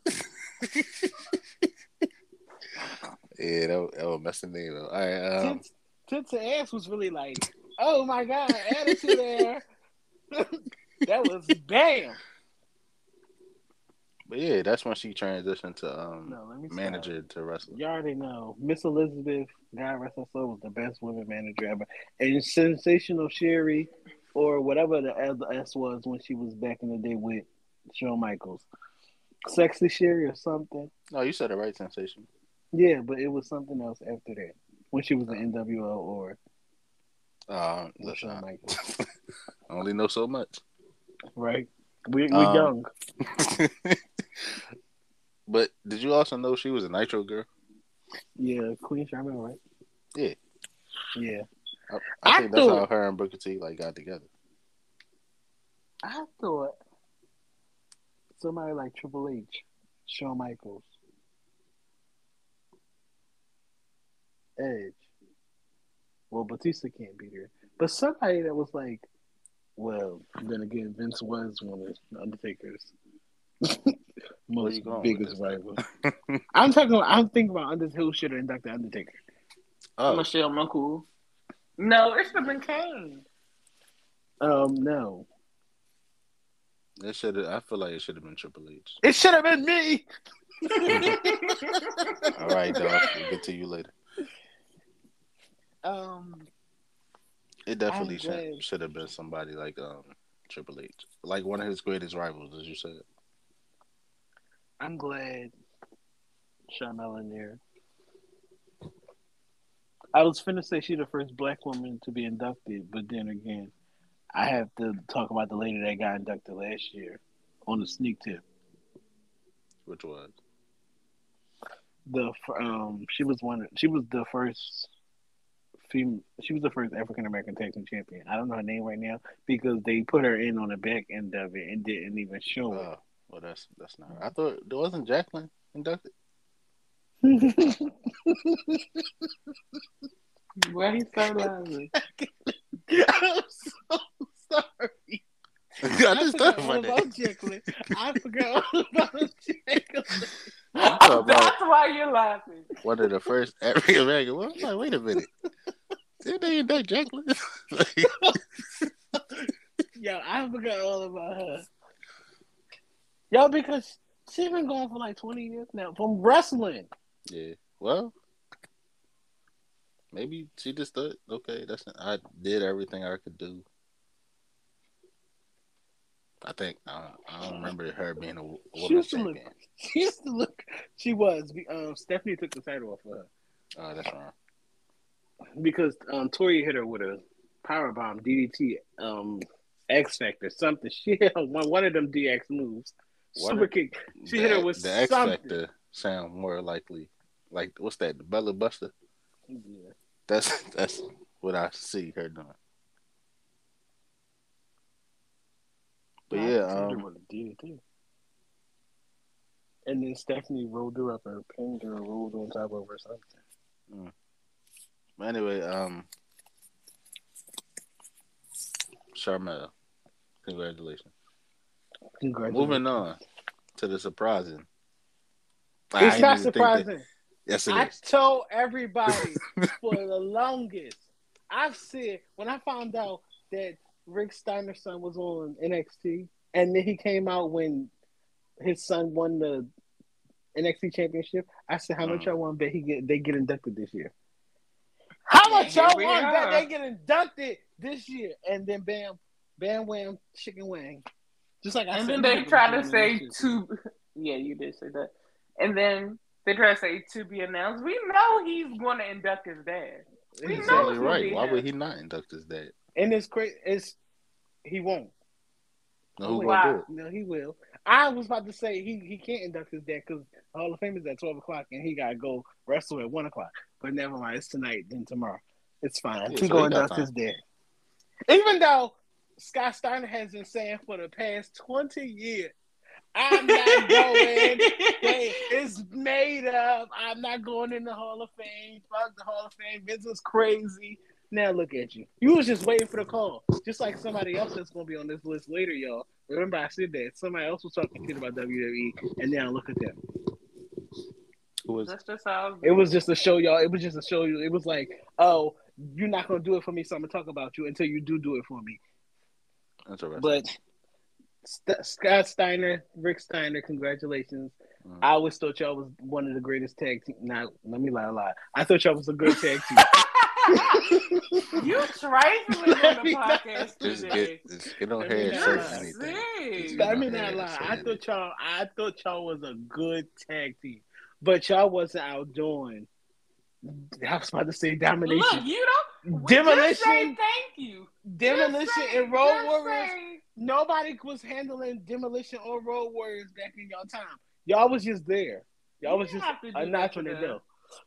Speaker 1: yeah, that, that was messing me up. All right, um,
Speaker 2: Tits, tits and ass was really like, oh my god, attitude there. that was bam.
Speaker 1: but yeah, that's when she transitioned to um
Speaker 2: No, let me stop.
Speaker 1: manager to wrestler.
Speaker 2: You already know Miss Elizabeth, God rest her soul, was the best women manager ever, and Sensational Sherry, or whatever the other S was when she was back in the day with Shawn Michaels, Sexy Sherry or something.
Speaker 1: No, you said the right sensation.
Speaker 2: Yeah, but it was something else after that when she was an NWO or
Speaker 1: Uh,
Speaker 2: with
Speaker 1: listen,
Speaker 2: Shawn
Speaker 1: I
Speaker 2: Michaels,
Speaker 1: only know so much.
Speaker 2: right? We we
Speaker 1: Um,
Speaker 2: young.
Speaker 1: but did you also know she was a Nitro girl?
Speaker 2: Yeah, Queen Charlotte, right?
Speaker 1: Yeah.
Speaker 2: Yeah.
Speaker 1: I, I,
Speaker 2: I
Speaker 1: think that's how
Speaker 2: thought-
Speaker 1: her and Booker T like got together.
Speaker 2: I thought somebody like Triple H, Shawn Michaels, Edge. Well, Batista can't be there. But somebody that was like, well, then again, Vince was one of the Undertaker's
Speaker 1: Where
Speaker 2: most
Speaker 1: you going with
Speaker 2: biggest
Speaker 1: this?
Speaker 2: rival. I'm talking. About, I'm thinking about Undertaker. Who should have inducted Undertaker?
Speaker 1: Oh,
Speaker 3: Michelle McCool. No, it should have been Kane.
Speaker 2: Um, no,
Speaker 1: it should. I feel like it should have been Triple H.
Speaker 2: it should have been me.
Speaker 1: All right, dog. We'll get to you later.
Speaker 2: Um,
Speaker 1: It definitely
Speaker 2: I'm
Speaker 1: should,
Speaker 2: glad.
Speaker 1: should have been somebody like um Triple H, like one of his greatest rivals, as you said.
Speaker 2: I'm glad Sean Allen there. I was finna say she the first black woman to be inducted, but then again, I have to talk about the lady that got inducted last year on the sneak tip.
Speaker 1: Which was
Speaker 2: The fir- um, she was one. She was the first. Fem- she was the first African American tag team champion. I don't know her name right now because they put her in on the back end of it and didn't even show it.
Speaker 1: oh, well, that's that's not. I thought there wasn't Jacqueline inducted.
Speaker 3: Why he so lousy?
Speaker 2: I'm so sorry.
Speaker 1: I just thought
Speaker 2: all
Speaker 1: about
Speaker 2: about
Speaker 1: that.
Speaker 2: Jacqueline. I forgot all about Jacqueline.
Speaker 1: talking about-
Speaker 3: That's why you're laughing.
Speaker 1: One of the first African American. Well, I'm like, wait a minute. Did they induct Jacqueline? Like,
Speaker 2: Yo, I forgot all about her. Yo, because she's been going for like 20 years now from wrestling.
Speaker 1: yeah. Well, maybe she just thought, okay, that's I did everything I could do. I think I don't, I don't remember her being a wo-
Speaker 2: She
Speaker 1: women's
Speaker 2: used to look.
Speaker 1: champion.
Speaker 2: She used to look. She was. be- Um, Stephanie took the title off of her
Speaker 1: Oh, that's wrong.
Speaker 2: because um, Tori hit her with a power bomb, DDT, um, X Factor, something. She hit her one, one of them DX moves.
Speaker 1: What
Speaker 2: Super
Speaker 1: a-
Speaker 2: kick. She hit her with
Speaker 1: the X
Speaker 2: something.
Speaker 1: Factor sound more likely. Like what's that? The Bella Buster.
Speaker 2: Yeah.
Speaker 1: That's that's what I see her doing. But
Speaker 2: Nah,
Speaker 1: yeah,
Speaker 2: I told her
Speaker 1: um,
Speaker 2: what it did, too. And then Stephanie rolled her up and pinned her, and rolled on top of her or something.
Speaker 1: but anyway, um, Charmel, congratulations.
Speaker 2: Congratulations.
Speaker 1: Moving on to the surprising. I
Speaker 2: It's
Speaker 1: didn't
Speaker 2: not
Speaker 1: even think That,
Speaker 2: surprising.
Speaker 1: yes, it
Speaker 2: I
Speaker 1: is.
Speaker 2: told everybody for the longest. I've said when I found out that Rick Steiner's son was on NXT, and then he came out when his son won the NXT championship. I said, "How much
Speaker 1: Mhm.
Speaker 2: y'all want to bet he get they get inducted this year? How much
Speaker 3: Yeah,
Speaker 2: y'all
Speaker 3: here we
Speaker 2: want to bet
Speaker 3: are.
Speaker 2: they get inducted this year?" And then bam, bam, wham, chicken wang. Just like I
Speaker 3: And
Speaker 2: said,
Speaker 3: then
Speaker 2: he
Speaker 3: they
Speaker 2: was
Speaker 3: try
Speaker 2: doing
Speaker 3: to say
Speaker 2: that shit.
Speaker 3: to yeah, you did say that. And then they try to say to be announced. We know he's going to induct his dad. we
Speaker 1: He's
Speaker 3: know
Speaker 1: only
Speaker 3: it's gonna
Speaker 1: right.
Speaker 3: be
Speaker 1: Why
Speaker 3: him.
Speaker 1: would he not induct his dad?
Speaker 2: and it's crazy. It's he won't.
Speaker 1: No, who
Speaker 3: Wow.
Speaker 1: gonna do it?
Speaker 2: No, he will. I was about to say he, he can't induct his dad because Hall of Fame is at twelve o'clock and he gotta go wrestle at one o'clock. But never mind, it's tonight then tomorrow. It's fine.
Speaker 1: Yeah,
Speaker 2: he
Speaker 1: so
Speaker 2: gonna
Speaker 1: he got
Speaker 2: induct his dad. Even though Scott Steiner has been saying for the past twenty years, I'm not going. They- it's made up. I'm not going in the Hall of Fame. Fuck the Hall of Fame. Vince was crazy. Now look at you. You was just waiting for the call, just like somebody else that's gonna be on this list later, y'all. Remember, I said that somebody else was talking shit about WWE, and now look at them.
Speaker 1: Who was
Speaker 3: That's just how.
Speaker 2: It was just a show, y'all. It was just a show. You. It was like, oh, you're not gonna do it for me, so I'm gonna talk about you until you do do it for me.
Speaker 1: interesting?
Speaker 2: But St- Scott Steiner, Rick Steiner, congratulations.
Speaker 1: Mhm.
Speaker 2: I always thought y'all was one of the greatest tag team. Not let me lie, a lie. I thought y'all was a good tag team.
Speaker 3: you trifling on the podcast
Speaker 1: just
Speaker 3: today.
Speaker 1: get just get on
Speaker 2: Let me
Speaker 1: here and
Speaker 2: not
Speaker 1: say
Speaker 2: lie.
Speaker 1: anything.
Speaker 3: Zig.
Speaker 1: That-
Speaker 2: Let me not lie. I thought y'all. I thought y'all was a good tag team, but y'all wasn't outdoing. I was about to say domination,
Speaker 3: Look, you don't.
Speaker 2: Demolition.
Speaker 3: Just say thank you. Just
Speaker 2: demolition,
Speaker 3: say-
Speaker 2: and road
Speaker 3: just
Speaker 2: warriors.
Speaker 3: say-
Speaker 2: Nobody was handling demolition or road warriors back in y'all time. Y'all was just there. Y'all was
Speaker 3: You
Speaker 2: just
Speaker 3: have to do
Speaker 2: a
Speaker 3: that
Speaker 2: notch
Speaker 3: for
Speaker 2: on their
Speaker 3: them.
Speaker 2: belt.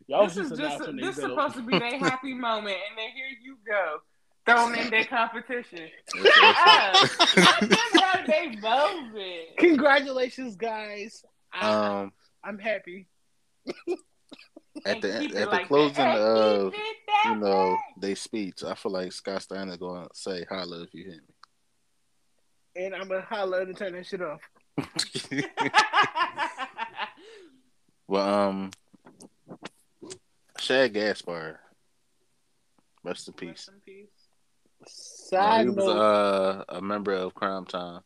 Speaker 2: Y'all
Speaker 3: this
Speaker 2: was
Speaker 3: is
Speaker 2: just a
Speaker 3: just
Speaker 2: notch on their
Speaker 3: this is
Speaker 2: belt.
Speaker 3: supposed to be their happy moment, and then here you go thrown in their competition.
Speaker 1: It's-
Speaker 3: I just heard they voted.
Speaker 2: Congratulations, guys.
Speaker 1: it's-
Speaker 2: I,
Speaker 1: um,
Speaker 2: I'm happy.
Speaker 1: at the
Speaker 3: And keep
Speaker 1: at
Speaker 3: it
Speaker 1: the
Speaker 3: like that.
Speaker 1: closing
Speaker 3: And
Speaker 1: of
Speaker 3: keep it that
Speaker 1: you know
Speaker 3: way.
Speaker 1: they speech, I feel like Scott Steiner going to say "Holla if you hit
Speaker 2: And I'm gonna holler and turn that shit off.
Speaker 1: me." well, um, Shad Gaspar, rest in peace.
Speaker 3: Rest in peace.
Speaker 1: No,
Speaker 2: Side
Speaker 1: he was
Speaker 2: note:
Speaker 1: uh, a member of Crime Time.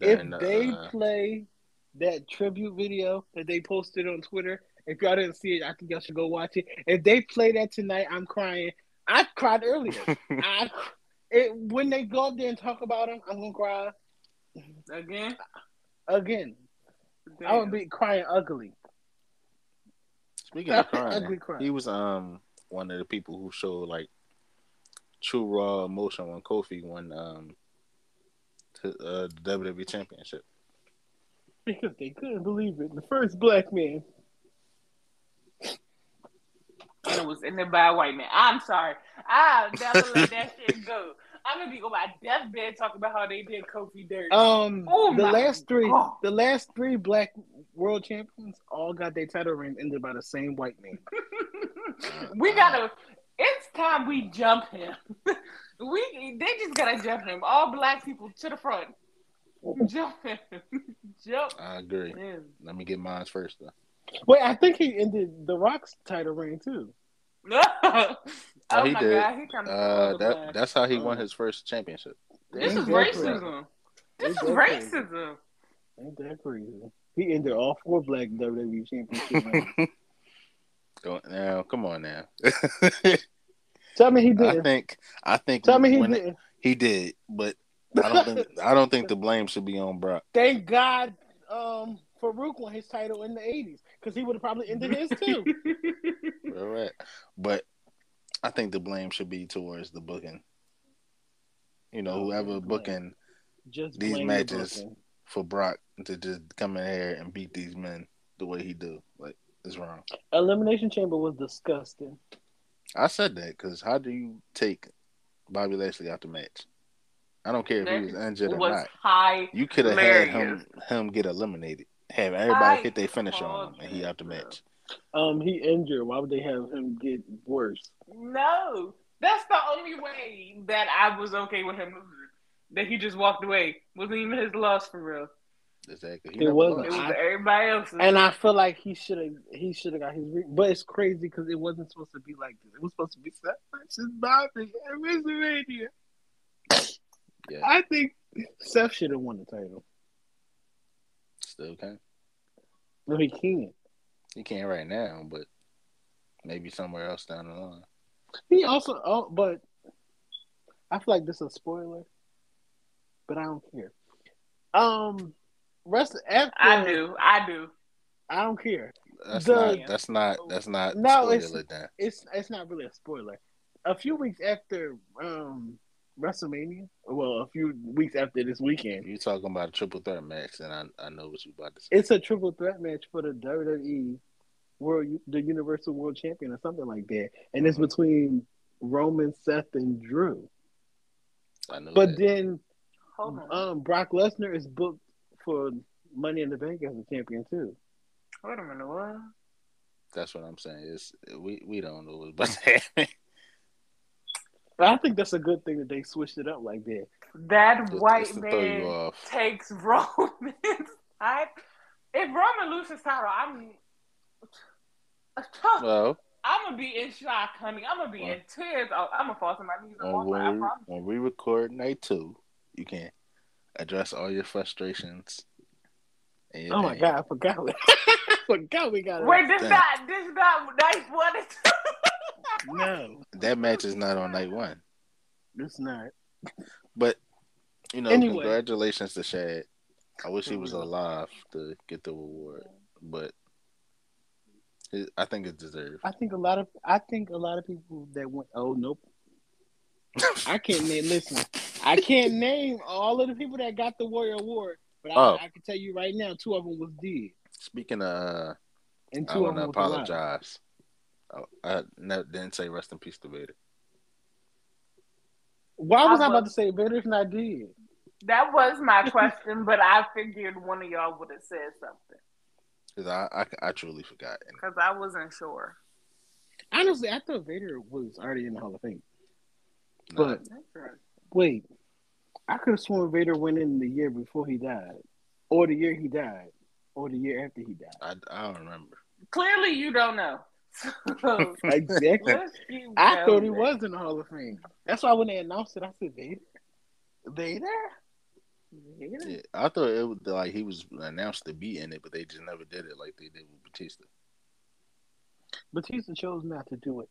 Speaker 2: If
Speaker 1: Then,
Speaker 2: they
Speaker 1: uh,
Speaker 2: play that tribute video that they posted on Twitter, if y'all didn't see it, I think y'all should go watch it. If they play that tonight, I'm crying. I cried earlier. I, it, when they go up there and talk about him, I'm gonna cry
Speaker 3: Again,
Speaker 2: again. I would be crying ugly.
Speaker 1: speaking of
Speaker 2: ugly
Speaker 1: crime,
Speaker 2: cry.
Speaker 1: he was um one of the people who showed like true raw emotion when Kofi won um t- uh, the WWE Championship.
Speaker 2: Because they couldn't believe it. The first black man.
Speaker 3: and it was in there by a white man. I'm sorry. I'll never let that shit go. I'm gonna be on my deathbed talking about how they did Kofi Dirty.
Speaker 2: Um,
Speaker 3: Oh
Speaker 2: the
Speaker 3: my
Speaker 2: last three,
Speaker 3: God.
Speaker 2: the last three black world champions all got their title reign ended by the same white man.
Speaker 3: we gotta. It's time we jump him. we they just gotta jump him. All black people to the front. Jump him. jump
Speaker 1: I agree.
Speaker 3: him.
Speaker 1: Let me get mine first though.
Speaker 2: Wait, I think he ended the Rock's title reign too.
Speaker 3: No. Oh,
Speaker 1: he
Speaker 3: my
Speaker 1: did.
Speaker 3: god, he kind
Speaker 1: Uh,
Speaker 3: of
Speaker 1: that that's how he won
Speaker 2: Oh.
Speaker 1: his first championship.
Speaker 3: This
Speaker 2: Ain't
Speaker 3: is
Speaker 2: that crazy.
Speaker 3: racism. This is
Speaker 2: Ain't that crazy.
Speaker 3: racism.
Speaker 2: Ain't that crazy? He ended all four black E WWE championship. reigns.
Speaker 1: Go- Now, come on now.
Speaker 2: Tell me he
Speaker 1: I
Speaker 2: did.
Speaker 1: think I think
Speaker 2: Tell me he
Speaker 1: when it-
Speaker 2: did.
Speaker 1: he did, but I don't think I don't think the blame should be on Brock.
Speaker 2: Thank God, um, Farouk won his title in the '80s because he would have probably ended his too.
Speaker 1: All right. But I think the blame should be towards the booking. You
Speaker 3: Oh,
Speaker 1: know, whoever booking
Speaker 2: Just
Speaker 1: These
Speaker 2: blame the
Speaker 1: matches.
Speaker 2: booking.
Speaker 1: for Brock to just come in here and beat these men the way he do, like it's wrong.
Speaker 2: Elimination Chamber was disgusting.
Speaker 1: I said that because how do you take Bobby Lashley out the match? I don't care if he was injured
Speaker 3: It
Speaker 1: or
Speaker 3: was
Speaker 1: not.
Speaker 3: high.
Speaker 1: You could have had him
Speaker 3: hilarious.
Speaker 1: him get eliminated, have everybody
Speaker 3: I
Speaker 1: hit their finisher on
Speaker 3: called
Speaker 1: him, and he
Speaker 3: that,
Speaker 1: out the
Speaker 3: bro.
Speaker 1: match.
Speaker 2: Um, he injured. Why would they have him get worse?
Speaker 3: No, that's the only way that I was okay with him losing. That he just walked away wasn't even his loss for real.
Speaker 1: Exactly.
Speaker 2: It
Speaker 1: never
Speaker 2: wasn't.
Speaker 1: lost.
Speaker 3: It was
Speaker 2: I-
Speaker 3: everybody else's.
Speaker 2: And I feel like he should have he should have got his re- but it's crazy because it wasn't supposed to be like this. It was supposed to be that much is Bobby and WrestleMania.
Speaker 1: Yeah.
Speaker 2: I think Seth should have won the title.
Speaker 1: Still can.
Speaker 2: No, he can't.
Speaker 1: He can't right now, but maybe somewhere else down the line.
Speaker 2: He also oh, but I feel like this is a spoiler, but I don't care. Um, rest after
Speaker 3: I do. I do.
Speaker 2: I don't care.
Speaker 1: That's
Speaker 2: The-
Speaker 1: not. That's not. That's not.
Speaker 2: No,
Speaker 1: spoiler
Speaker 2: it's-
Speaker 1: then.
Speaker 2: it's it's not really a spoiler. A few weeks after um WrestleMania, well, a few weeks after this
Speaker 1: If
Speaker 2: weekend,
Speaker 1: you talking about a triple threat match, then I, I know what you about to say.
Speaker 2: it's a triple threat match for the WWE World, the Universal World Champion, or something like that, and it's
Speaker 1: Mhm.
Speaker 2: between Roman, Seth, and Drew.
Speaker 1: I know
Speaker 2: But
Speaker 1: that.
Speaker 2: then
Speaker 3: Hold on.
Speaker 1: Uh,
Speaker 2: um Brock Lesnar is booked for Money in the Bank as a champion too.
Speaker 3: Wait a minute, what?
Speaker 1: That's what I'm saying. It's we we don't know what's about to happen.
Speaker 2: But I think that's a good thing that they switched it up like that.
Speaker 3: That
Speaker 1: Just-
Speaker 3: white
Speaker 1: just to throw you
Speaker 3: man
Speaker 1: off.
Speaker 3: takes Roman. I if Roman loses title, I'm
Speaker 1: Well,
Speaker 3: I'm gonna be in shock, honey. I'm gonna be in tears. Oh, I'm gonna fall to my knees. and
Speaker 1: when
Speaker 3: walk away, I
Speaker 1: we
Speaker 3: promise.
Speaker 1: when we record night two, you can address all your frustrations. and your
Speaker 2: Oh my
Speaker 1: pain.
Speaker 2: god, I forgot. We, forgot we got it.
Speaker 3: Wait, this
Speaker 1: Damn.
Speaker 3: not this not nice one. and two.
Speaker 2: No,
Speaker 1: That match is not on night one.
Speaker 2: it's not.
Speaker 1: But you know,
Speaker 2: Anyway.
Speaker 1: congratulations to Shad. I wish he was alive to get the reward, but it, I think it's deserved.
Speaker 2: I think a lot of I think a lot of people that went. Oh nope, I can't name. Listen, I can't name all of the people that got the Warrior Award, but I,
Speaker 1: Oh.
Speaker 2: I can tell you right now, two of them was dead,
Speaker 1: Speaking of, uh,
Speaker 2: and
Speaker 1: I
Speaker 2: two of
Speaker 1: want to
Speaker 2: them was alive.
Speaker 1: apologize. Oh, I, I ne- didn't say rest in peace to Vader.
Speaker 2: Why was
Speaker 3: I
Speaker 2: I about
Speaker 3: was-
Speaker 2: to say better if not dead?
Speaker 3: That was my question, but I figured one of y'all would have said something
Speaker 1: Because I, I, I truly forgot. And
Speaker 3: because I wasn't sure.
Speaker 2: Honestly, I thought Vader was already in the Hall of Fame.
Speaker 1: nah,
Speaker 2: But wait, I could have sworn Vader went in the year before he died, or the year he died, or the year after he died.
Speaker 1: I, I don't remember.
Speaker 3: Clearly, you don't know. So,
Speaker 2: Exactly.
Speaker 3: let's keep
Speaker 2: I thought he
Speaker 3: going.
Speaker 2: was in the Hall of Fame. That's why when they announced it, I said Vader. Vader?
Speaker 3: Hmm.
Speaker 2: Vader?
Speaker 1: Yeah, I thought it was like he was announced to be in it, but they just never did it like they did with Batista.
Speaker 2: Batista chose not to do it.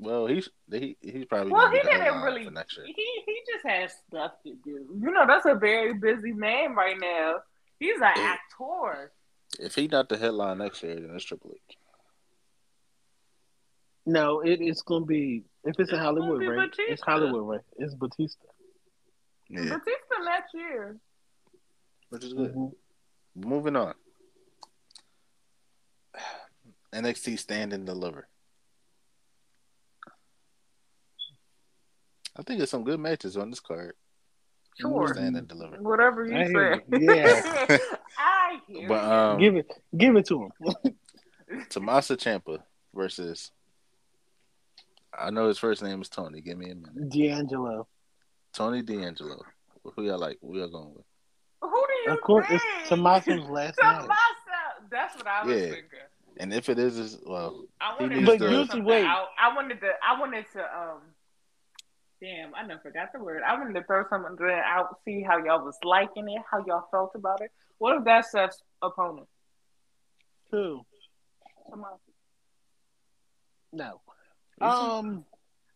Speaker 1: Well, he's he, he's probably
Speaker 3: Well,
Speaker 1: gonna
Speaker 3: he
Speaker 1: be the
Speaker 3: didn't
Speaker 1: headline
Speaker 3: really-
Speaker 1: for next year.
Speaker 3: He he just has stuff to do. You know, that's a very busy man right now. He's an
Speaker 1: Yeah.
Speaker 3: actor.
Speaker 1: If he not the headline next year, then it's Triple H.
Speaker 2: No, it is going to be, if it's in
Speaker 3: It's gonna
Speaker 2: Hollywood,
Speaker 3: be
Speaker 2: right? It's
Speaker 3: Batista.
Speaker 2: Hollywood, right? It's Batista.
Speaker 3: Mm-hmm.
Speaker 1: Yeah,
Speaker 3: Batista next year.
Speaker 1: which is good.
Speaker 2: Mm-hmm.
Speaker 1: Moving on. NXT Stand and Deliver. I think there's some good matches on this card.
Speaker 3: Sure.
Speaker 1: Stand and Deliver.
Speaker 3: Whatever you
Speaker 2: I hear
Speaker 3: say.
Speaker 2: you. Yeah.
Speaker 3: I hear.
Speaker 1: But
Speaker 3: you.
Speaker 1: um,
Speaker 2: Give it, give it to him.
Speaker 1: Tomasa Champa versus. I know his first name is Tony. Give me a minute.
Speaker 2: D'Angelo.
Speaker 1: Tony D'Angelo. Who y'all like? Who y'all going with?
Speaker 3: Who do you
Speaker 2: uh, Of course,
Speaker 3: think?
Speaker 2: it's Tommaso's last name.
Speaker 3: Tommaso. That's what I was
Speaker 1: Yeah.
Speaker 3: thinking.
Speaker 1: And if it is, is well,
Speaker 3: I
Speaker 1: He
Speaker 3: wanted
Speaker 1: needs
Speaker 3: to
Speaker 1: to- But
Speaker 3: throw
Speaker 1: usually-
Speaker 3: something
Speaker 2: wait.
Speaker 3: out. I wanted to. I wanted to. Um. Damn, I done forgot the word. I wanted to throw something out, see how y'all was liking it, how y'all felt about it. What if that's Seth's opponent?
Speaker 2: Who?
Speaker 3: Tommaso.
Speaker 2: No.
Speaker 1: Is it?
Speaker 2: Um,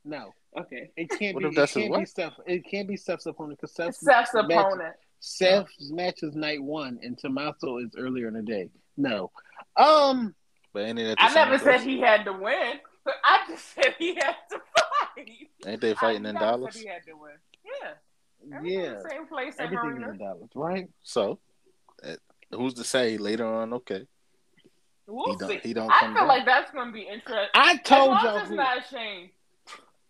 Speaker 2: no.
Speaker 3: Okay.
Speaker 2: It can't
Speaker 1: What
Speaker 2: be.
Speaker 1: if that's
Speaker 2: It can't
Speaker 1: his
Speaker 2: be
Speaker 1: what?
Speaker 2: Seth. It can't be Seth's opponent because Seth's,
Speaker 3: Seth's
Speaker 2: match-
Speaker 3: opponent.
Speaker 2: Seth's match is night one, and Tommaso is earlier in the day. No. Um.
Speaker 1: but ain't it at the
Speaker 3: I
Speaker 1: same
Speaker 3: never said
Speaker 1: place?
Speaker 3: he had to win. But I just said he had to fight.
Speaker 1: Ain't they fighting
Speaker 3: I
Speaker 1: in
Speaker 3: never said
Speaker 1: dollars?
Speaker 3: He had to win. Yeah. Everything
Speaker 2: Yeah.
Speaker 3: the Same place. Same
Speaker 2: Everything
Speaker 3: arena.
Speaker 2: in dollars, right?
Speaker 1: So, uh, who's to say later on? Okay,
Speaker 3: We'll
Speaker 1: he don't
Speaker 3: see.
Speaker 1: he don't
Speaker 3: I
Speaker 1: come
Speaker 3: feel
Speaker 1: back.
Speaker 3: like that's gonna be interesting.
Speaker 2: I
Speaker 3: As
Speaker 2: told
Speaker 3: long as
Speaker 2: y'all.
Speaker 3: it's
Speaker 2: Who,
Speaker 3: not Shane.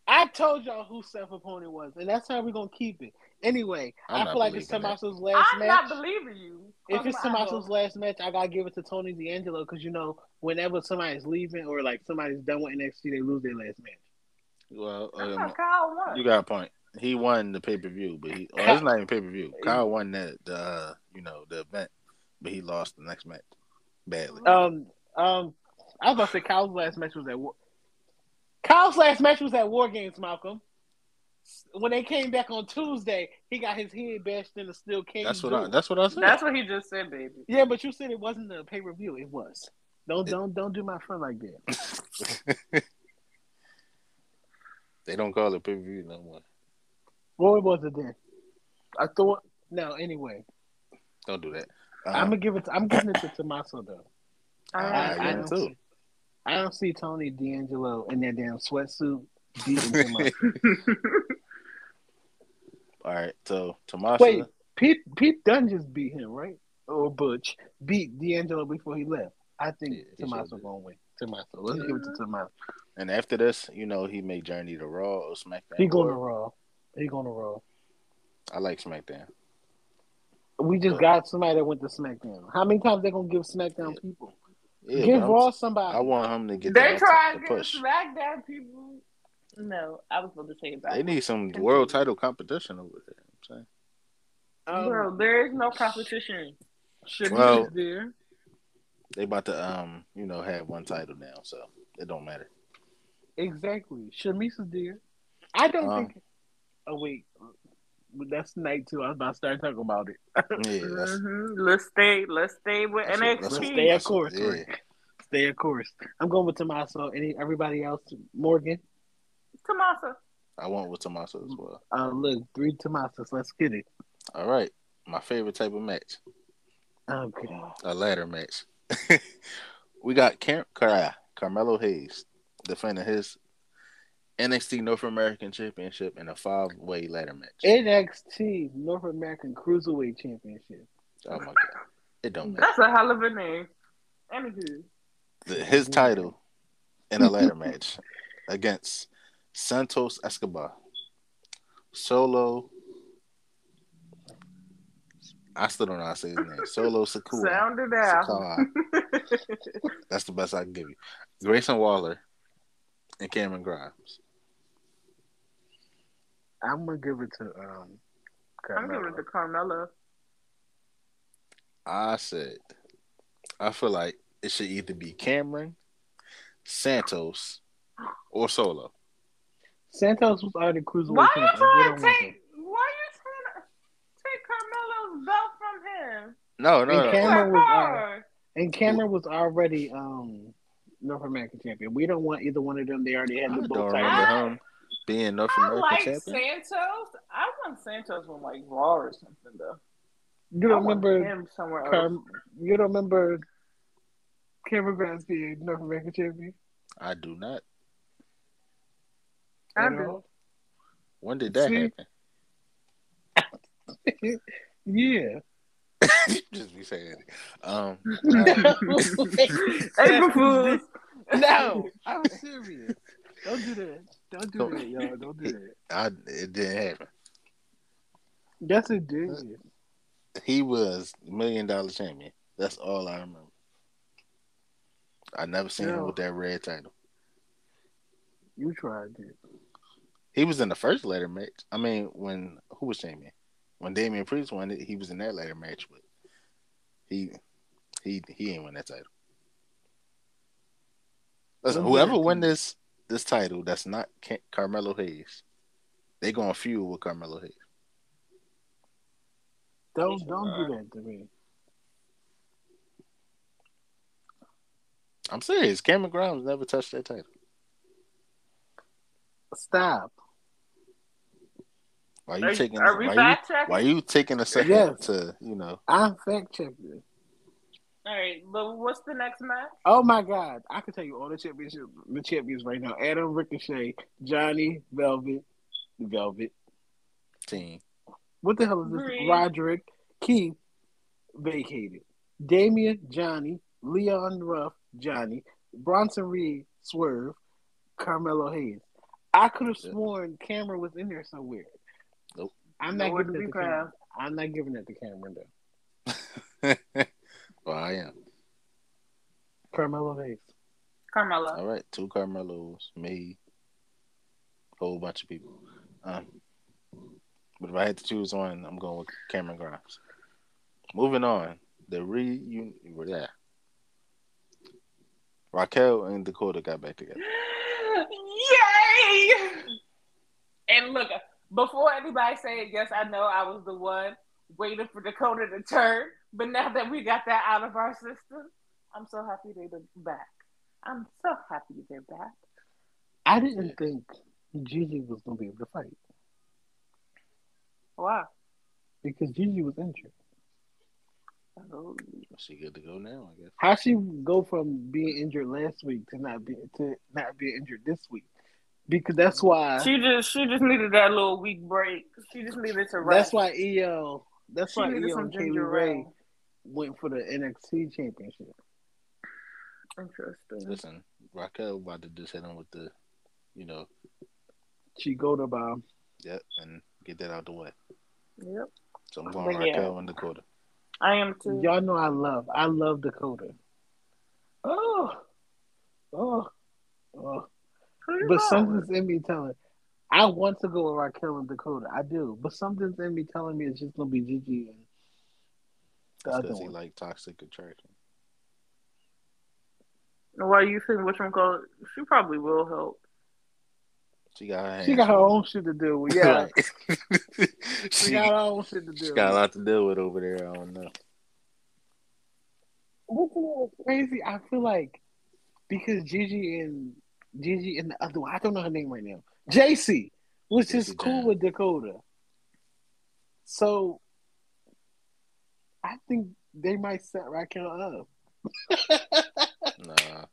Speaker 2: I told y'all who Seth's opponent was, and that's how we're gonna keep it. Anyway,
Speaker 1: I'm
Speaker 2: i
Speaker 1: not
Speaker 2: feel like it's
Speaker 1: believing that.
Speaker 2: Tommaso's last
Speaker 3: I'm
Speaker 2: match.
Speaker 3: not believing you.
Speaker 2: if it's
Speaker 3: Come on.
Speaker 2: Tommaso's last match, I gotta give it to Tony D'Angelo because you know whenever somebody's leaving or like somebody's done with NXT, they lose their last match.
Speaker 1: well,
Speaker 3: I
Speaker 1: um,
Speaker 3: thought Kyle won.
Speaker 1: you got a point. He won the pay per view, but he well, it's not even pay per view. Kyle won that the uh, you know the event, but he lost the next match badly.
Speaker 2: Um, um, I was about to say Kyle's last match was at War. Kyle's last match was at War Games, Malcolm. When they came back on Tuesday, he got his head bashed in the steel cage.
Speaker 1: That's what
Speaker 2: door.
Speaker 1: I that's what I said.
Speaker 3: That's what he just said, baby.
Speaker 2: Yeah, but you said it wasn't a pay per view. It was. Don't
Speaker 1: It-
Speaker 2: don't don't do my friend like that.
Speaker 1: they don't call it pay per view no more.
Speaker 2: Roy was it then? I thought. No. Anyway,
Speaker 1: Don't do that.
Speaker 2: I'm
Speaker 1: Um,
Speaker 2: gonna give it. I'm giving it to Tommaso though.
Speaker 3: Um,
Speaker 1: I,
Speaker 3: Uh,
Speaker 2: I- I
Speaker 1: I,
Speaker 2: don't
Speaker 1: too.
Speaker 2: see- I don't see Tony D'Angelo in that damn sweatsuit beating Tommaso.
Speaker 1: All right, so Tommaso.
Speaker 2: Wait, Pete Pete Dunn just beat him, right? Or Butch beat D'Angelo before he left. I think
Speaker 1: Yeah, he
Speaker 2: Tommaso
Speaker 1: sure did.
Speaker 2: gonna win. Tommaso, let's give it to Tommaso.
Speaker 1: And after this, you know, he may journey to Raw or SmackDown.
Speaker 2: He going to
Speaker 1: Or-
Speaker 2: Raw. He going to Raw.
Speaker 1: I like SmackDown.
Speaker 2: We just got somebody that went to SmackDown. How many times they gonna give SmackDown people?
Speaker 1: Yeah,
Speaker 2: give
Speaker 1: but I'm-
Speaker 2: Raw somebody.
Speaker 1: I want him to get.
Speaker 3: They
Speaker 1: that
Speaker 3: tried
Speaker 1: title
Speaker 3: to
Speaker 1: push.
Speaker 3: smack down people. No, I was about to say about
Speaker 1: They
Speaker 3: it.
Speaker 1: need some world title competition over there. I'm saying.
Speaker 2: Um,
Speaker 3: Bro, there is no competition.
Speaker 2: Shouldn't
Speaker 1: Well-
Speaker 2: is there.
Speaker 1: They about to um, you know, have one title now, so it don't matter.
Speaker 2: Exactly. Shamise is there. I don't
Speaker 1: Um,
Speaker 2: think. Oh wait, But that's night two. I was about to start talking about it.
Speaker 1: Yeah, that's,
Speaker 3: Mhm. Let's stay. Let's stay with
Speaker 1: that's what- that's
Speaker 3: NXT.
Speaker 1: what-
Speaker 2: Stay of
Speaker 1: that's what-
Speaker 2: course, right. Stay of course. I'm going with Tommaso. Any everybody else? Morgan.
Speaker 3: Tomasa.
Speaker 1: I want with Tommaso as well.
Speaker 2: Uh, look, three Tommasos. Let's get it.
Speaker 1: All right, my favorite type of match,
Speaker 2: Oh God.
Speaker 1: a ladder match. we got Cam- Car- Carmelo Hayes defending his NXT North American Championship in a five-way ladder match.
Speaker 2: NXT North American Cruiserweight Championship.
Speaker 1: oh my god, it don't matter.
Speaker 3: That's a hell of a name. Anywho,
Speaker 1: The- His title in a ladder match against Santos Escobar, Solo. I still don't know how to say his name. Solo Secure.
Speaker 3: sound it out.
Speaker 1: Sakai. That's the best I can give you. Grayson Waller and Cameron Grimes.
Speaker 2: I'm gonna give it to um.
Speaker 3: I'm giving it to Carmella.
Speaker 1: I said, I feel like it should either be Cameron, Santos, or Solo.
Speaker 2: Santos was already cruiserweight.
Speaker 3: Why you
Speaker 2: champion. We
Speaker 3: trying
Speaker 2: don't want
Speaker 3: to take? Why you trying to take Carmelo's belt from him?
Speaker 1: No,
Speaker 2: And
Speaker 1: no, no.
Speaker 3: You
Speaker 2: Cameron
Speaker 3: are
Speaker 2: was, uh,
Speaker 3: hard.
Speaker 2: that. And Cameron was already um North American champion. We don't want either one of them. They already
Speaker 1: I
Speaker 2: had the
Speaker 1: don't
Speaker 2: both
Speaker 1: remember
Speaker 2: titles.
Speaker 3: I-
Speaker 1: him being North
Speaker 3: I
Speaker 1: American
Speaker 3: like
Speaker 1: champion.
Speaker 3: Santos. I want Santos from like Raw or something though.
Speaker 2: You
Speaker 3: I
Speaker 2: don't
Speaker 3: want
Speaker 2: remember?
Speaker 3: him somewhere else.
Speaker 2: Carm- you don't remember? Cameron Grimes being North American champion.
Speaker 1: I do not.
Speaker 3: I
Speaker 2: at
Speaker 3: do.
Speaker 2: all?
Speaker 1: When did that
Speaker 2: See?
Speaker 1: happen?
Speaker 2: Yeah.
Speaker 1: Just be saying it. Um,
Speaker 3: April Fools.
Speaker 2: No, I'm serious. Don't do that. Don't do
Speaker 1: Don't-
Speaker 2: that, y'all. Don't do that.
Speaker 1: I, it didn't happen.
Speaker 2: Yes, it did.
Speaker 1: he was million dollar champion. That's all I remember. I never seen him
Speaker 2: Yeah.
Speaker 1: with that red title.
Speaker 2: You tried it.
Speaker 1: He was in the first ladder match. I mean, when who was champion? When Damian Priest won it, he was in that ladder match, but he he he ain't win that title. Listen,
Speaker 2: Who
Speaker 1: whoever
Speaker 2: did?
Speaker 1: win this this title, that's not Ca- Carmelo Hayes. They gonna feud with Carmelo Hayes.
Speaker 2: Don't don't do that to me.
Speaker 1: I'm serious. Cameron Grimes never touched that title.
Speaker 2: Stop.
Speaker 1: Why you
Speaker 3: Are,
Speaker 1: taking?
Speaker 3: are we
Speaker 1: why you-
Speaker 3: back
Speaker 1: Why you taking a second
Speaker 2: Yes.
Speaker 1: to you know?
Speaker 2: I'm fact checking.
Speaker 3: All right, but what's the next match?
Speaker 2: Oh my god, I can tell you all the champions, the champions right now: Adam Ricochet, Johnny Velvet, Velvet.
Speaker 1: Team.
Speaker 2: What the hell is this?
Speaker 3: Green.
Speaker 2: Roderick Keith vacated. Damian Johnny, Leon Ruff Johnny, Bronson Reed Swerve, Carmelo Hayes. I could have
Speaker 1: Yeah.
Speaker 2: sworn Cameron was in there somewhere.
Speaker 1: Nope.
Speaker 2: I'm not
Speaker 3: Nowhere to
Speaker 2: giving
Speaker 3: be
Speaker 2: it to
Speaker 3: found.
Speaker 2: Cameron. I'm not giving it to Cameron though.
Speaker 1: well, I am.
Speaker 2: Carmelo Hayes.
Speaker 3: Carmella.
Speaker 1: All right, two Carmelos, me, whole bunch of people. Um, but if I had to choose one, I'm going with Cameron Grimes. Moving on, the reunion. Yeah. Raquel and Dakota got back together.
Speaker 3: Yay! And look, before anybody say it, yes, I know I was the one waiting for Dakota to turn. But now that we got that out of our system, I'm so happy they're back. I'm so happy they're back.
Speaker 2: I didn't think Gigi was gonna be able to fight
Speaker 3: Wow.
Speaker 2: because Gigi was injured. Um,
Speaker 3: Oh,
Speaker 1: She good to go now, I guess.
Speaker 2: How she go from being injured last week to not be to not being injured this week? Because that's why
Speaker 3: She just she just needed that little week break. She just needed to rest.
Speaker 2: that's why EO that's
Speaker 3: she
Speaker 2: why
Speaker 3: needed
Speaker 2: EO
Speaker 3: some
Speaker 2: and Kaylee
Speaker 3: ginger
Speaker 2: Ray
Speaker 3: ale.
Speaker 2: went for the NXT championship.
Speaker 3: Interesting.
Speaker 1: Listen, Raquel about to just hit him with the, you know,
Speaker 2: She go to bomb.
Speaker 1: yep, and get that out the way.
Speaker 3: Yep.
Speaker 1: So I'm going
Speaker 3: But yeah.
Speaker 1: Raquel and Dakota.
Speaker 3: I am too.
Speaker 2: Y'all know I love, I love Dakota. Oh, oh, oh. But something's in me telling. I want to go with Raquel and Dakota. I do. But something's in me telling me it's just gonna be Gigi and the other
Speaker 1: Because he
Speaker 2: one.
Speaker 1: like toxic attraction.
Speaker 3: Why you think which one called? She probably will help.
Speaker 1: She got her hands.
Speaker 2: She got her
Speaker 1: full.
Speaker 2: own shit to do with. Yeah.
Speaker 1: Right.
Speaker 2: She
Speaker 1: she,
Speaker 2: got her own shit to do.
Speaker 1: she got a lot to deal with over there. I don't know.
Speaker 2: What's crazy? I feel like because Gigi and Gigi and the other one, I don't know her name right now. JC was
Speaker 1: JC
Speaker 2: just cool
Speaker 1: Jackson.
Speaker 2: with Dakota. So I think they might set Raquel up.
Speaker 1: Nah.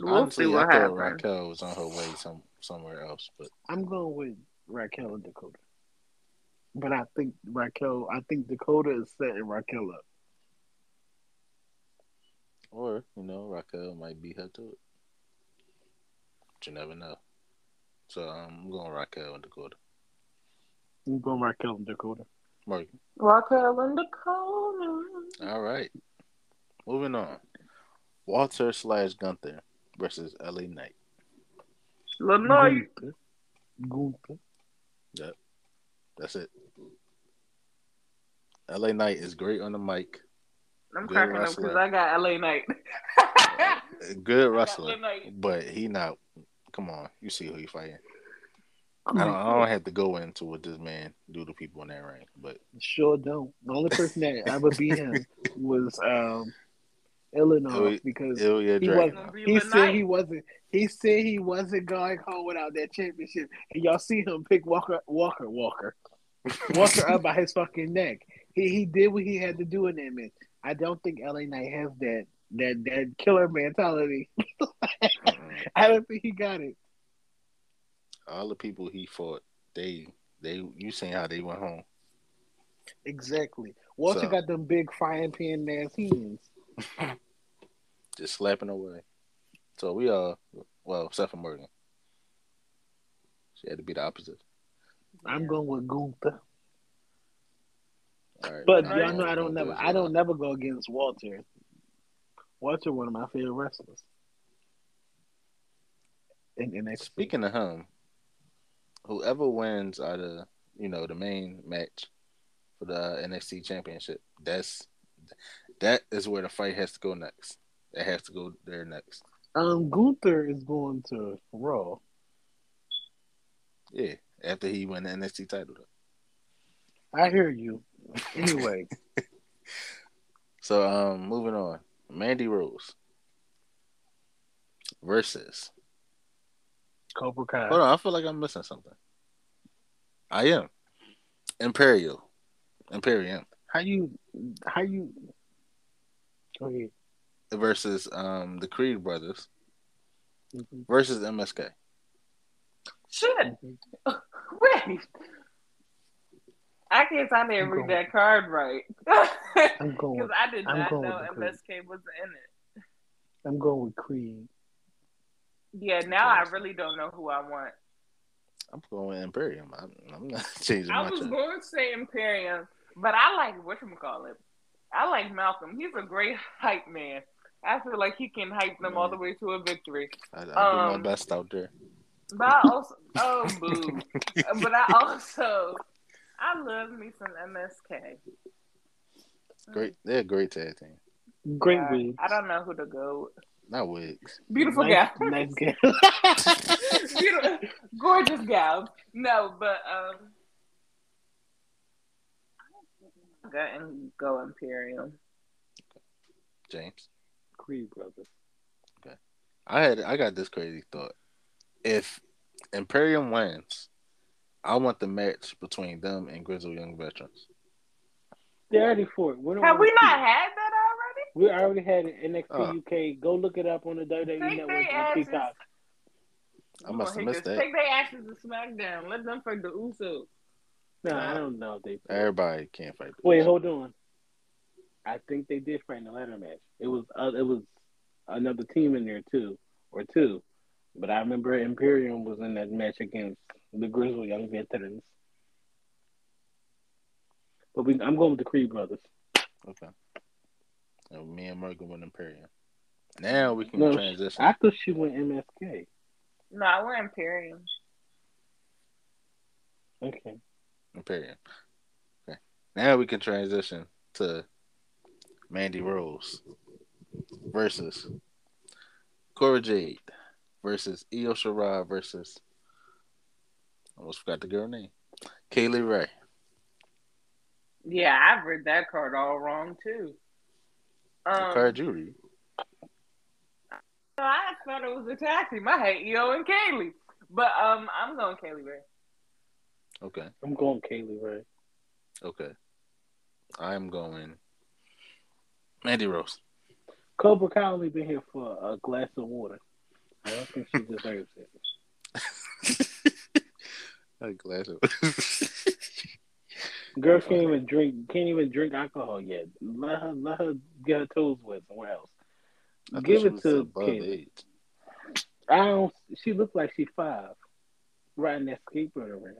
Speaker 3: We'll
Speaker 1: Honestly,
Speaker 3: see what
Speaker 1: I thought
Speaker 3: happens.
Speaker 1: Raquel was on her way some somewhere else, but
Speaker 2: I'm going with Raquel and Dakota. But I think Raquel I think Dakota is setting Raquel up.
Speaker 1: or you know, Raquel might beat her to it. But you never know. So um, I'm going Raquel and Dakota.
Speaker 2: I'm going Raquel and Dakota.
Speaker 1: Mark.
Speaker 3: Raquel and Dakota.
Speaker 1: All right. Moving on. Walter slash Gunther versus LA Knight.
Speaker 3: Lenoy.
Speaker 2: Gunther. Gunther.
Speaker 1: That's it. LA Knight is great on the mic.
Speaker 3: I'm
Speaker 1: Good
Speaker 3: cracking up because
Speaker 1: wrestler.
Speaker 3: I got LA Knight.
Speaker 1: A Good
Speaker 3: I
Speaker 1: wrestler.
Speaker 3: got LA Knight.
Speaker 1: But he not come on, you see who he fighting. I don't I don't have to go into what this man do to people in that ring, but
Speaker 2: Sure don't. The only person that ever beat him was um, Illinois
Speaker 1: Ill-
Speaker 2: because
Speaker 1: Ilya
Speaker 2: He wasn't-
Speaker 1: Dragunov.
Speaker 2: he said he wasn't. He said he wasn't going home without that championship. And y'all see him pick Walker, Walker, Walker, Walker up by his fucking neck. He he did what he had to do in that match. I don't think LA Knight has that that that killer mentality.
Speaker 1: Mm-mm.
Speaker 2: I don't think he got it.
Speaker 1: All the people he fought, they they you seen how they went home.
Speaker 2: Exactly. Walter
Speaker 1: So-
Speaker 2: got them big frying pan ass hands.
Speaker 1: Just slapping away. So we are well, except for Morgan. She had to be the opposite.
Speaker 2: I'm going with Gunther.
Speaker 1: All right.
Speaker 2: But
Speaker 1: I'm
Speaker 2: y'all
Speaker 1: going
Speaker 2: know I don't
Speaker 1: with
Speaker 2: never
Speaker 1: Gunther as
Speaker 2: I don't
Speaker 1: well.
Speaker 2: never go against Walter. Walter one of my favorite wrestlers. In NXT.
Speaker 1: Speaking of him, whoever wins out of you know the main match for the uh, NXT Championship, that's that is where the fight has to go next. It has to go there next.
Speaker 2: um Gunther is going to Raw.
Speaker 1: Yeah, after he win the NXT title. Though.
Speaker 2: I hear you. Anyway,
Speaker 1: So um, moving on, Mandy Rose versus.
Speaker 2: Cobra Kai.
Speaker 1: Hold on, I feel like I'm missing something. I am Imperial, Imperium
Speaker 2: How you how you go ahead.
Speaker 1: versus um the Creed brothers
Speaker 2: Mhm.
Speaker 1: versus MSK.
Speaker 3: Shit. Wait. I guess I didn't
Speaker 2: I'm
Speaker 3: read
Speaker 2: going-
Speaker 3: that card right. Because
Speaker 2: I'm going with,
Speaker 3: I did
Speaker 2: I'm
Speaker 3: not know
Speaker 2: going with the
Speaker 3: MSK was in it.
Speaker 2: I'm going with Creed.
Speaker 3: Yeah, now I
Speaker 1: Interesting.
Speaker 3: really don't know who I want.
Speaker 1: I'm going Imperium. I'm, I'm not changing
Speaker 3: I
Speaker 1: my
Speaker 3: was
Speaker 1: choice.
Speaker 3: going to say Imperium, but I like whatchamacallit. I like Malcolm. He's a great hype man. I feel like he can hype them all the way to a victory.
Speaker 1: I, I do
Speaker 3: um,
Speaker 1: my best out there.
Speaker 3: But I also, oh boo! but I also, I love me some MSK.
Speaker 1: Great, they're a great tag team.
Speaker 2: Great
Speaker 3: Uh,
Speaker 2: wig.
Speaker 3: Oh I don't know who to go. with.
Speaker 1: Not wigs.
Speaker 3: Beautiful
Speaker 2: nice,
Speaker 3: gal,
Speaker 2: nice guy.
Speaker 3: Beautiful, gorgeous gal. No, but um, go and go Imperium.
Speaker 1: James,
Speaker 2: Creed brother.
Speaker 1: I had I got this crazy thought. If Imperium wins, I want the match between them and Grizzle Young Veterans.
Speaker 2: They already for it. We don't
Speaker 3: Have
Speaker 2: wanna
Speaker 3: we
Speaker 2: see
Speaker 3: not
Speaker 2: it.
Speaker 3: had that already?
Speaker 2: We already had it NXT
Speaker 1: Oh.
Speaker 2: UK. Go look it up on the WWE
Speaker 3: Take
Speaker 2: Network on
Speaker 3: they asses.
Speaker 2: Peacock.
Speaker 1: I must have
Speaker 3: Take
Speaker 1: missed
Speaker 3: this-
Speaker 1: that.
Speaker 3: Take their asses to SmackDown. Let them fight the Usos.
Speaker 2: No, I don't know if they.
Speaker 1: Everybody can't fight.
Speaker 2: Wait, hold on. I think they did fight in the ladder match. It was uh, it was another team in there too, or two. But I remember Imperium was in that match against the Grizzle Young Veterans. But we, I'm going with the Creed brothers.
Speaker 1: Okay. And me and Merkel with Imperium. Now we can
Speaker 2: No,
Speaker 1: transition.
Speaker 2: I thought she went MSK.
Speaker 3: No, nah, we're Imperium.
Speaker 2: Okay.
Speaker 1: Imperium. Okay. Now we can transition to Mandy Rose versus Cora Jade versus Io Shirai versus I almost forgot the girl name. Kaylee Ray.
Speaker 3: Yeah, I've read that card all wrong too. Um,
Speaker 1: Cara Judy.
Speaker 3: I thought it was a taxi. My hate EO and Kaylee. But um I'm going Kaylee Ray.
Speaker 1: Okay.
Speaker 2: I'm going Kaylee Ray.
Speaker 1: Okay. I'm going Mandy Rose.
Speaker 2: Cobra Kai only been here for a glass of water. I don't think she deserves it.
Speaker 1: I'm glad it
Speaker 2: Girl can't even drink can't even drink alcohol yet. Let her let her get her toes wet somewhere else.
Speaker 1: I thought
Speaker 2: Give
Speaker 1: she
Speaker 2: it
Speaker 1: was
Speaker 2: to
Speaker 1: above
Speaker 2: Kaylee.
Speaker 1: age.
Speaker 2: I don't she looked like she five riding that skateboard around.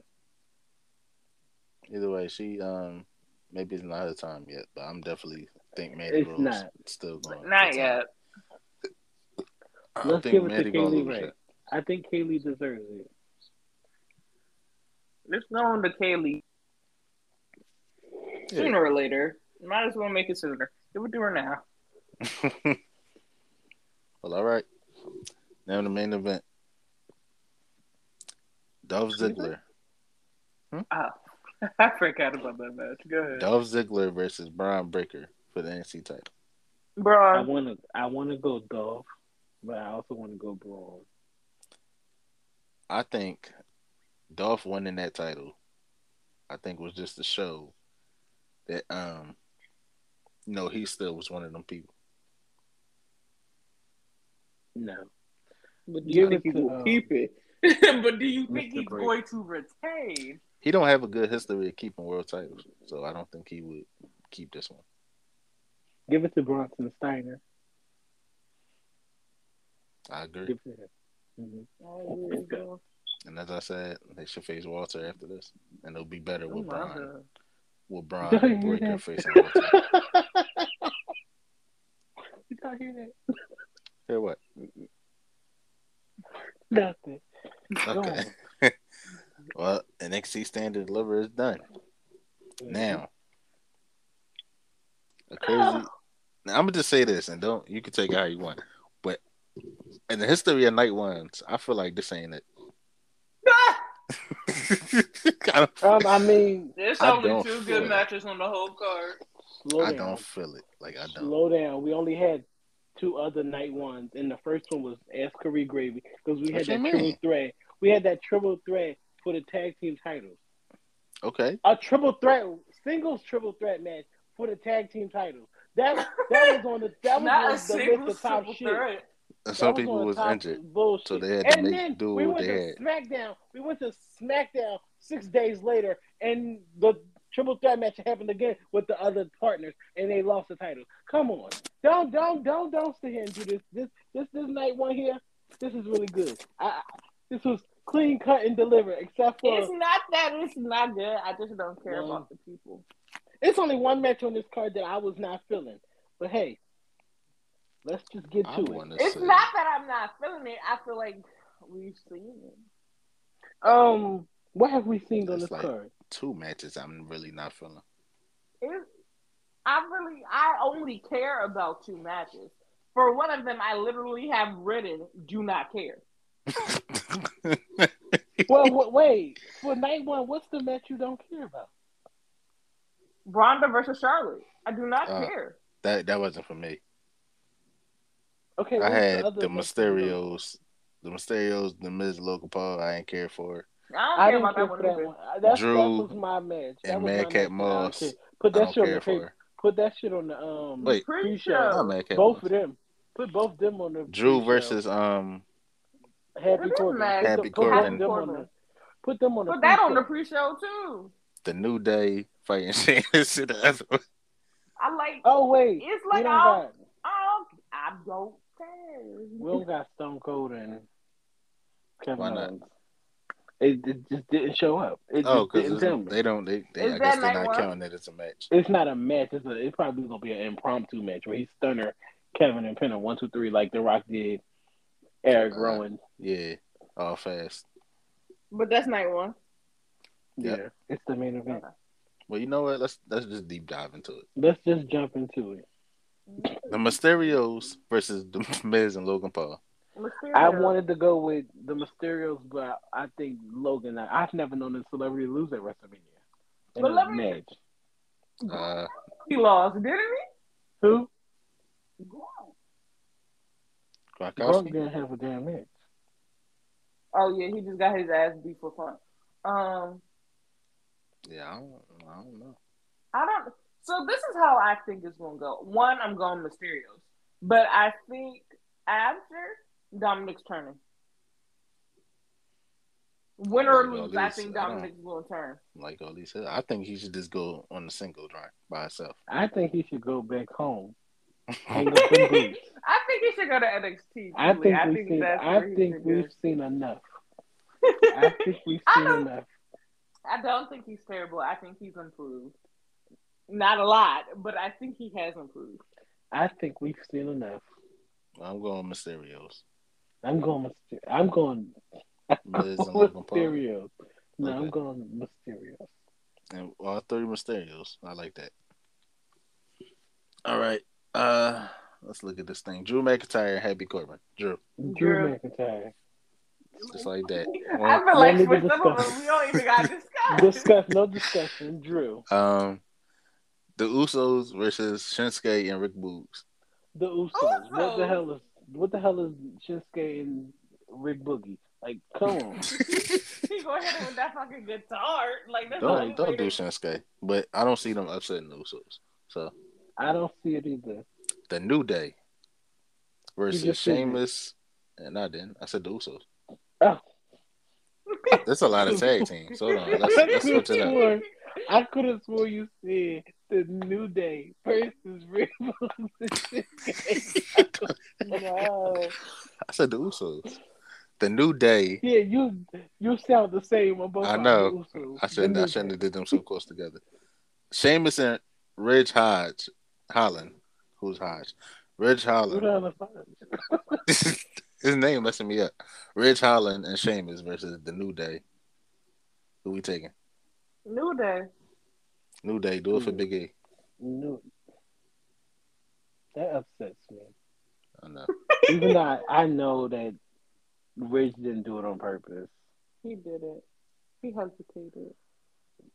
Speaker 1: Either way, she um maybe it's not her time yet, but I'm definitely think Mandy
Speaker 2: It's
Speaker 1: Rose
Speaker 2: not.
Speaker 1: still going.
Speaker 3: Not yet.
Speaker 1: I
Speaker 2: Let's
Speaker 1: don't think
Speaker 2: give it to
Speaker 1: Mandy gonna lose
Speaker 2: Kaylee Ray.
Speaker 1: that.
Speaker 2: I think Kaylee deserves it.
Speaker 3: Let's go on to Kaylee sooner or later. Might as well make it sooner. It would do her now.
Speaker 1: Well, all right. Now the main event. Dolph Ziggler.
Speaker 3: Oh. I forgot about that match. Go ahead.
Speaker 1: Dolph Ziggler versus Braun Breaker for the NC title.
Speaker 2: I
Speaker 3: Bro,
Speaker 2: wanna I wanna go Dolph, but I also wanna go Braun.
Speaker 1: I think Dolph winning that title, I think was just to show that um you know he still was one of them people.
Speaker 2: No.
Speaker 3: but
Speaker 2: do you think he will keep
Speaker 3: it? but do you
Speaker 2: Mr.
Speaker 3: think he's
Speaker 2: Brady.
Speaker 3: going to retain?
Speaker 1: He don't have a good history of keeping world titles, so I don't think he would keep this one.
Speaker 2: Give it to Bronson Steiner.
Speaker 1: I agree.
Speaker 2: Give it to him. Mhm. Let's
Speaker 3: Oh,
Speaker 2: go.
Speaker 1: And as I said, they should face Walter after this, and it'll be better
Speaker 2: Oh,
Speaker 1: with
Speaker 3: my
Speaker 1: Braun.
Speaker 3: God.
Speaker 1: With Braun
Speaker 2: Don't you hear
Speaker 1: Breaker
Speaker 2: that?
Speaker 1: facing Walter.
Speaker 2: Mm-hmm. Did y'all hear that?
Speaker 1: Hear what?
Speaker 2: Nothing. Go
Speaker 1: Okay.
Speaker 2: on.
Speaker 1: Well, NXT Standard Deliver is done. Now, a crazy. Now, I'm gonna just say this, and don't you can take it how you want, but in the history of night ones, I feel like this ain't it.
Speaker 3: Ah!
Speaker 1: I don't,
Speaker 2: Um, I mean,
Speaker 3: There's
Speaker 1: I
Speaker 3: only
Speaker 1: don't
Speaker 3: two
Speaker 1: feel it.
Speaker 3: good matches on the whole card.
Speaker 2: slow
Speaker 1: I
Speaker 2: down.
Speaker 1: don't feel it. Like I don't.
Speaker 2: Oh, Slow down. We only had two other night ones, and the first one was Ask Curry Gravy because we
Speaker 1: What
Speaker 2: had
Speaker 1: you
Speaker 2: that
Speaker 1: mean?
Speaker 2: triple threat. We had that triple threat for the tag team titles.
Speaker 1: Okay,
Speaker 2: A triple threat, singles triple threat match for the tag team titles. That that was on the that was
Speaker 3: Not
Speaker 2: on
Speaker 3: a
Speaker 2: the
Speaker 3: single
Speaker 2: list of top
Speaker 3: triple
Speaker 2: shit.
Speaker 3: threat.
Speaker 1: and
Speaker 2: That
Speaker 1: some
Speaker 2: was
Speaker 1: people
Speaker 2: on
Speaker 1: was
Speaker 2: top
Speaker 1: injured.
Speaker 2: Bullshit.
Speaker 1: so they had to
Speaker 2: and then
Speaker 1: make do
Speaker 2: we
Speaker 1: with what they
Speaker 2: went to
Speaker 1: had.
Speaker 2: SmackDown. We went to SmackDown six days later, and the triple threat match happened again with the other partners, and they lost the title. Come on, don't, don't, don't, don't sit here and do this. This, this, this night one here. This is really good. I, I- this was clean cut and delivered, except for
Speaker 3: It's
Speaker 2: it's,
Speaker 3: not that it's not good. I just don't care
Speaker 2: Well-
Speaker 3: about the people.
Speaker 2: only one match on this card that I was not feeling. But hey, let's just get
Speaker 1: I
Speaker 2: to
Speaker 1: want to
Speaker 3: It's
Speaker 1: say
Speaker 3: not that I'm not feeling it. I feel like we've seen it.
Speaker 2: it. Um, what have we seen on
Speaker 1: It's
Speaker 2: this
Speaker 1: like-
Speaker 2: card?
Speaker 1: two matches. I'm really not feeling.
Speaker 3: it. I really, I only care about two matches. For one of them, I literally have written, "Do not care."
Speaker 2: well, wa- wait. For night one, what's the match you don't care about?
Speaker 3: Ronda versus Charlotte. I do not
Speaker 1: Uh,
Speaker 3: care.
Speaker 1: that that wasn't for me.
Speaker 2: Okay,
Speaker 1: I
Speaker 2: what's
Speaker 1: had
Speaker 2: other
Speaker 1: the
Speaker 2: match you don't-
Speaker 1: Mysterios, the Mysterios, the Miz, Local Paul. I ain't care for.
Speaker 3: I
Speaker 2: I
Speaker 3: don't
Speaker 2: didn't
Speaker 3: care
Speaker 2: care
Speaker 3: about
Speaker 2: for
Speaker 3: that one.
Speaker 2: that one. I- That's, that
Speaker 1: Drew
Speaker 2: was my match. That
Speaker 1: and
Speaker 2: was my
Speaker 1: Madcap
Speaker 2: match. I don't
Speaker 1: Moss.
Speaker 2: care. Put
Speaker 1: I
Speaker 2: that
Speaker 1: don't
Speaker 2: shit on the
Speaker 1: care for.
Speaker 2: pre-
Speaker 1: her.
Speaker 2: Put that shit on the um
Speaker 1: Wait.
Speaker 2: pre-show.
Speaker 1: Not Madcap
Speaker 2: Both
Speaker 1: Moss.
Speaker 2: of them. Put both of them on the
Speaker 1: Drew
Speaker 2: pre-show.
Speaker 1: versus um
Speaker 2: Happy
Speaker 3: It is
Speaker 2: Corbin.
Speaker 3: mad.
Speaker 2: Put
Speaker 1: Happy
Speaker 2: the- put both of
Speaker 1: Corbin.
Speaker 2: them on the- Put them on the.
Speaker 3: Put that on the
Speaker 2: pre-show.
Speaker 3: pre-show too.
Speaker 1: the New Day fighting Sheamus to the other one.
Speaker 3: I like.
Speaker 2: Oh wait.
Speaker 3: It's
Speaker 2: we
Speaker 3: like
Speaker 2: don't
Speaker 3: I,
Speaker 2: got.
Speaker 3: I don't. I don't
Speaker 2: We
Speaker 3: care.
Speaker 2: don't got Stone Cold and Kevin
Speaker 1: Why not?
Speaker 2: Owens. It, it just didn't show up. It
Speaker 1: Oh,
Speaker 2: just didn't
Speaker 1: because
Speaker 2: tell me.
Speaker 1: they don't. They, they
Speaker 3: Is
Speaker 1: I
Speaker 3: that
Speaker 1: guess they're
Speaker 3: night
Speaker 1: not
Speaker 3: one?
Speaker 1: counting it as a match.
Speaker 2: It's not a match. It's a, it's probably gonna be an impromptu match where he stunner Kevin and Pin on one, two, three, like The Rock did Eric
Speaker 1: Uh,
Speaker 2: Rowan.
Speaker 1: Yeah, all fast.
Speaker 3: But that's night one.
Speaker 1: yeah.
Speaker 2: Yeah, it's the main event.
Speaker 1: Well, you know what? Let's let's just deep dive into it.
Speaker 2: Let's just jump into it.
Speaker 1: The Mysterios versus the Miz and Logan Paul.
Speaker 2: I wanted to go with the Mysterios, but I think Logan. I, I've never known a celebrity lose at WrestleMania. In
Speaker 3: But let
Speaker 2: a
Speaker 3: me-
Speaker 2: match.
Speaker 1: Uh,
Speaker 3: He lost, didn't
Speaker 2: Who?
Speaker 3: he?
Speaker 2: Gronk
Speaker 1: Gronkowski.
Speaker 2: didn't have a damn match.
Speaker 3: Oh yeah, he just got his ass beat for fun. Um,
Speaker 1: Yeah, I don't, I don't know.
Speaker 3: I don't. So this is how I think it's gonna go. One, I'm going Mysterios, but I think after Dominic's turning, win or
Speaker 1: Oh,
Speaker 3: lose,
Speaker 1: at
Speaker 3: I
Speaker 1: least,
Speaker 3: think
Speaker 1: I don't-
Speaker 3: Dominic's going to turn.
Speaker 1: Like all these, I think he should just go on the single drive by himself.
Speaker 2: I think he should go back home. Hang up some boots.
Speaker 3: I think he should go to NXT.
Speaker 2: I
Speaker 3: truly.
Speaker 2: think we've seen.
Speaker 3: that's
Speaker 2: I
Speaker 3: where he
Speaker 2: think
Speaker 3: should
Speaker 2: we've
Speaker 3: go.
Speaker 2: seen enough. I think we've
Speaker 3: I
Speaker 2: seen
Speaker 3: don't-
Speaker 2: enough.
Speaker 3: I don't think he's terrible. I think he's improved. Not a lot, but I think he has improved.
Speaker 2: I think we've seen enough.
Speaker 1: I'm going Mysterios.
Speaker 2: I'm going. Myster- I'm going.
Speaker 1: Miz and Logan Paul.
Speaker 2: Mysterio. No, I'm
Speaker 1: Okay.
Speaker 2: going Mysterio.
Speaker 1: And all three Mysterios. I like that. All right. Uh let's look at this thing. Drew McIntyre, Happy Corbin. Drew.
Speaker 2: Drew
Speaker 3: Drew.
Speaker 2: McIntyre.
Speaker 1: Just like that.
Speaker 3: I feel like
Speaker 2: let me
Speaker 3: for some of
Speaker 2: discuss.
Speaker 3: them, we don't even got discussed.
Speaker 2: Discuss. No discussion. Drew.
Speaker 1: Um the Usos versus Shinsuke and Rick Boogs.
Speaker 2: The Usos. What the
Speaker 3: Usos.
Speaker 2: hell is? What the hell is Shinsuke and Rick Boogie? Like, come on.
Speaker 3: He go ahead with that fucking guitar. Like that's the only
Speaker 1: Don't don't
Speaker 3: way
Speaker 1: do
Speaker 3: they-
Speaker 1: Shinsuke. But I don't see them upsetting the Usos. So
Speaker 2: I don't see it either.
Speaker 1: the New Day
Speaker 2: You
Speaker 1: versus
Speaker 2: just said
Speaker 1: Sheamus. And I didn't. I said the Usos.
Speaker 2: Oh.
Speaker 1: That's a lot of tag teams. Hold on. Let's, let's switch it up.
Speaker 2: Sure. I could have swore you said the New Day versus Rick Boogie.
Speaker 3: No.
Speaker 1: I said the Usos. The New Day
Speaker 2: Yeah, you you sound the same on both.
Speaker 1: I
Speaker 2: sides of
Speaker 1: know.
Speaker 2: the Usos.
Speaker 1: I shouldn't.
Speaker 2: The
Speaker 1: I
Speaker 2: New
Speaker 1: shouldn't
Speaker 2: Day.
Speaker 1: have did them so close together. Sheamus and Ridge Hodge, Holland. Who's Hodge? Ridge
Speaker 2: Who
Speaker 1: Holland.
Speaker 2: the hell is that?
Speaker 1: His name messing me up. Ridge Holland and Sheamus versus the New Day. Who we taking?
Speaker 3: New Day.
Speaker 1: New Day. Do it
Speaker 2: Hmm.
Speaker 1: for Big E.
Speaker 2: No. That upsets me.
Speaker 1: I know.
Speaker 2: Even though I, I know that Ridge didn't do it on purpose.
Speaker 3: He did it. He hesitated.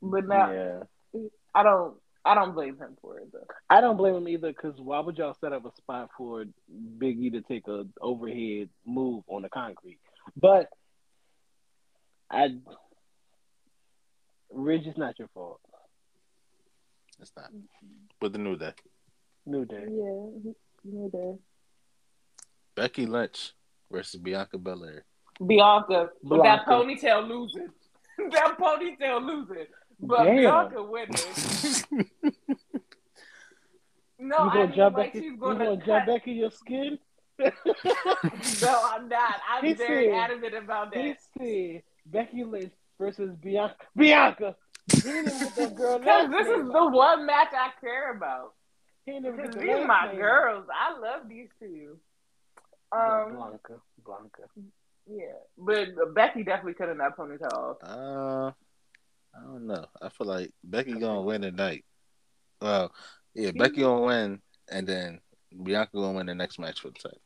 Speaker 3: But now
Speaker 2: Yeah.
Speaker 3: I don't I don't blame him for it though.
Speaker 2: I don't blame him either because why would y'all set up a spot for Big E to take a overhead move on the concrete? But I Ridge is not your fault.
Speaker 1: It's not. But the New Day.
Speaker 2: New Day.
Speaker 3: Yeah, New Day.
Speaker 1: Becky Lynch versus Bianca Belair.
Speaker 3: Bianca with that
Speaker 2: Bianca.
Speaker 3: ponytail losing. that ponytail losing. But
Speaker 2: Damn.
Speaker 3: Bianca winning.
Speaker 2: you
Speaker 3: No, I
Speaker 2: gonna
Speaker 3: mean,
Speaker 2: jump
Speaker 3: like
Speaker 2: back in,
Speaker 3: she's
Speaker 2: you
Speaker 3: gonna,
Speaker 2: gonna
Speaker 3: cut-
Speaker 2: jump back in your skin?
Speaker 3: No, I'm not. I'm
Speaker 2: He
Speaker 3: very
Speaker 2: said-
Speaker 3: adamant about that.
Speaker 2: This is Becky Lynch versus Bianca. Bianca! He ain't even get that girl
Speaker 3: Because
Speaker 2: last
Speaker 3: this
Speaker 2: name.
Speaker 3: is the one match I care about.
Speaker 2: He ain't even get
Speaker 3: Because
Speaker 2: the
Speaker 3: these are
Speaker 2: last
Speaker 3: my
Speaker 2: name.
Speaker 3: girls. I love these two.
Speaker 2: Yeah,
Speaker 3: Um,
Speaker 2: Blanca. Blanca.
Speaker 3: yeah, but uh, Becky definitely couldn't that ponytail off.
Speaker 1: Uh, I don't know. I feel like Becky gonna win tonight. Well, yeah, Becky gonna win, and then Bianca gonna win the next match for the title.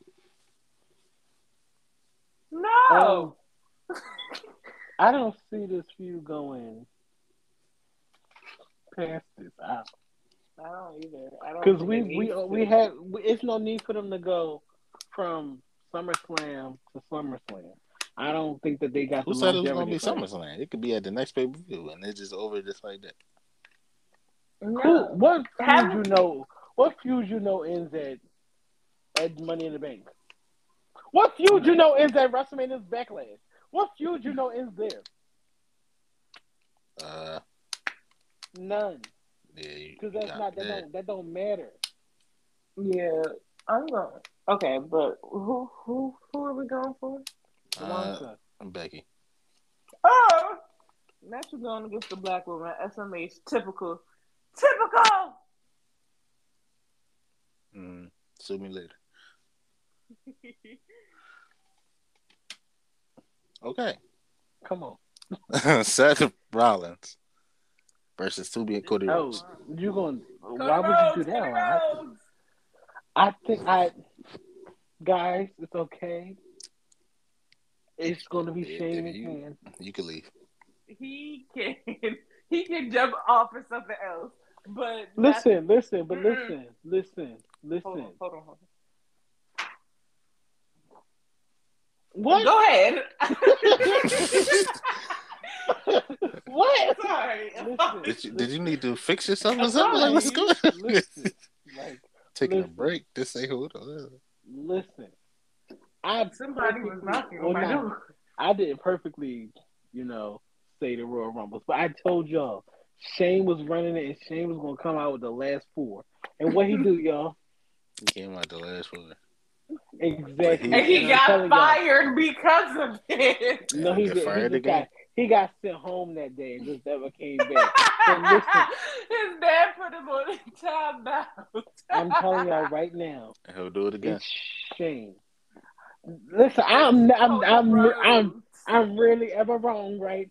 Speaker 3: No,
Speaker 2: Oh. I don't see this feud going past this out
Speaker 3: I don't either. I don't.
Speaker 2: because
Speaker 3: think
Speaker 2: Um, we
Speaker 3: it
Speaker 2: we
Speaker 3: needs
Speaker 2: we
Speaker 3: to.
Speaker 2: have we, it's no need for them to go from SummerSlam to SummerSlam. I don't think that they got
Speaker 1: Who
Speaker 2: the
Speaker 1: said it was gonna
Speaker 2: longevity
Speaker 1: be
Speaker 2: for it.
Speaker 1: SummerSlam? It could be at the next pay per view, and it's just over just like that.
Speaker 2: Who,
Speaker 3: No.
Speaker 2: what feud you
Speaker 3: Haven't-
Speaker 2: know? What feud you know ends at at Money in the Bank? What feud you know ends at WrestleMania's Backlash? What feud you know ends there?
Speaker 1: Uh,
Speaker 2: None,
Speaker 1: yeah, you-
Speaker 2: because
Speaker 1: you
Speaker 2: that's
Speaker 1: got
Speaker 2: not
Speaker 1: me
Speaker 2: that
Speaker 1: there.
Speaker 2: don't that don't matter.
Speaker 3: Yeah, I'm going. Okay, but who who who are we going for?
Speaker 1: Uh, I'm Becky.
Speaker 3: Oh, Natural going against the black woman. SMH, typical, typical.
Speaker 1: Mm, sue me later. Okay.
Speaker 2: Come on.
Speaker 1: Seth Rollins versus Tubi and Cody
Speaker 2: Oh,
Speaker 1: Rhodes.
Speaker 2: you going? to
Speaker 3: Cody
Speaker 2: Why would you
Speaker 3: Rhodes,
Speaker 2: do that?
Speaker 3: Cody
Speaker 2: I-
Speaker 3: Rhodes.
Speaker 2: I think I, guys, it's okay. It's going to be
Speaker 1: Yeah,
Speaker 2: Shane
Speaker 1: if you-
Speaker 2: McMahon.
Speaker 1: You can leave.
Speaker 3: He can he can jump off or something else. But that's-
Speaker 2: Listen, listen, but
Speaker 3: Mm-mm.
Speaker 2: listen, listen,
Speaker 3: hold on,
Speaker 2: listen.
Speaker 3: hold on, hold on.
Speaker 2: What?
Speaker 3: Go ahead.
Speaker 2: What?
Speaker 3: Sorry.
Speaker 2: Listen.
Speaker 1: Did you, did you need to fix yourself or
Speaker 3: I'm
Speaker 1: something? Like, what's
Speaker 2: sorry.
Speaker 1: good?
Speaker 2: Listen, like,
Speaker 1: Taking a
Speaker 2: Listen.
Speaker 1: break. Just say hold on.
Speaker 2: listen. I
Speaker 3: Somebody was knocking
Speaker 2: Well,
Speaker 3: on my
Speaker 2: nah.
Speaker 3: door.
Speaker 2: I didn't perfectly, you know, say the Royal Rumbles, but I told y'all Shane was running it, and Shane was gonna come out with the last four. And what he do, y'all?
Speaker 1: He came out the last one.
Speaker 2: Exactly.
Speaker 3: And he
Speaker 2: I'm
Speaker 3: got
Speaker 2: telling y'all.
Speaker 3: fired because of it.
Speaker 2: No, he
Speaker 1: Get
Speaker 2: didn't.
Speaker 1: fired
Speaker 2: he, just
Speaker 1: again.
Speaker 2: got, he got sent home that day and just never came back. So listen.
Speaker 3: His dad put him on timeout.
Speaker 2: I'm telling y'all right now,
Speaker 1: And he'll do it again.
Speaker 2: it's Shane. Listen, I'm I'm I'm I'm, I'm, I'm really ever wrong, right?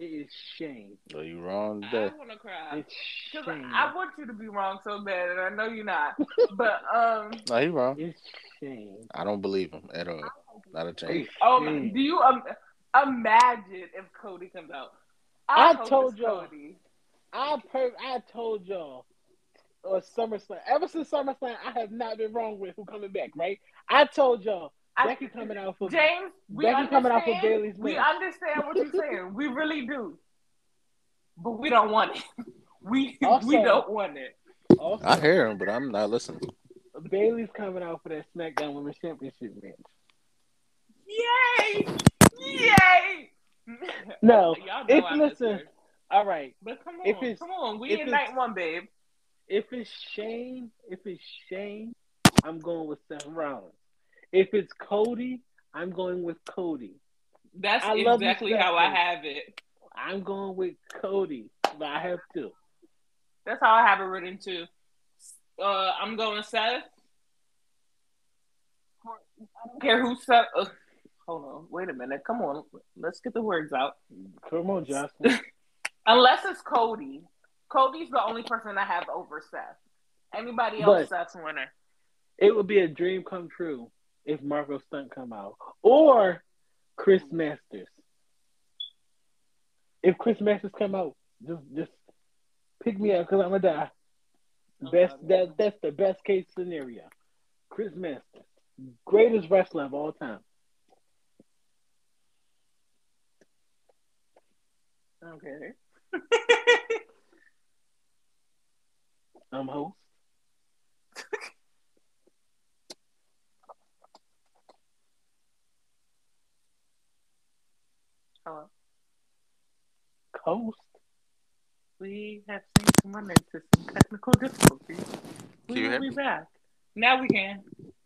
Speaker 2: It is Shane.
Speaker 1: Are you wrong
Speaker 3: I
Speaker 1: today?
Speaker 3: want to cry.
Speaker 2: It's
Speaker 3: Because
Speaker 2: Shane.
Speaker 3: I want you to be wrong so bad, and I know you're not. But, um,
Speaker 1: No, he wrong.
Speaker 2: It's Shane.
Speaker 1: I don't believe him at all. Not a chance.
Speaker 2: It's
Speaker 3: oh,
Speaker 2: Shane.
Speaker 3: do you um, imagine if Cody comes out?
Speaker 2: I
Speaker 3: hope
Speaker 2: told
Speaker 3: it's
Speaker 2: y'all.
Speaker 3: Cody.
Speaker 2: I per- I told y'all or SummerSlam. Ever since SummerSlam, I have not been wrong with who coming back, right? I told y'all
Speaker 3: I-
Speaker 2: Becky coming out for
Speaker 3: James, we
Speaker 2: Becky
Speaker 3: understand,
Speaker 2: coming out for Bailey's
Speaker 3: we
Speaker 2: win.
Speaker 3: understand what you're saying. we really do. But we don't want it. We we
Speaker 2: Also-
Speaker 3: don't want it.
Speaker 2: Also,
Speaker 1: I hear him, but I'm not listening.
Speaker 2: Bailey's coming out for that SmackDown Women's Championship match.
Speaker 3: Yay! Yay!
Speaker 2: No,
Speaker 3: Y'all know
Speaker 2: if-
Speaker 3: I miss
Speaker 2: listen.
Speaker 3: her.
Speaker 2: all right.
Speaker 3: But come
Speaker 2: If
Speaker 3: on,
Speaker 2: it's-
Speaker 3: come on. We
Speaker 2: if
Speaker 3: in
Speaker 2: it's-
Speaker 3: night one, babe.
Speaker 2: If it's Shane, if it's Shane, I'm going with Seth Rollins. If it's Cody, I'm going with Cody.
Speaker 3: That's
Speaker 2: I love you,
Speaker 3: exactly how I
Speaker 2: Stephanie.
Speaker 3: have it.
Speaker 2: I'm going with Cody, but I have to.
Speaker 3: That's how I have it written too. Uh, I'm going Seth. I don't care who Seth. Uh, hold on, wait a minute. Come on, let's get the words out.
Speaker 2: Come on, Justin.
Speaker 3: Unless it's Cody. Cody's the only person I have over Seth. Anybody
Speaker 2: But-
Speaker 3: else, Seth's winner.
Speaker 2: it would be a dream come true if Marco Stunt come out or Chris Masters. If Chris Masters come out, just just pick me up because I'm gonna die. Best that that's the best case scenario. Chris Masters, greatest wrestler of all time.
Speaker 3: Okay.
Speaker 2: I'm host.
Speaker 3: Hello.
Speaker 2: Host.
Speaker 3: We have seen someone into some technical difficulties. We
Speaker 1: Can you
Speaker 3: will
Speaker 1: hear
Speaker 3: be
Speaker 1: me?
Speaker 3: back. Now we can.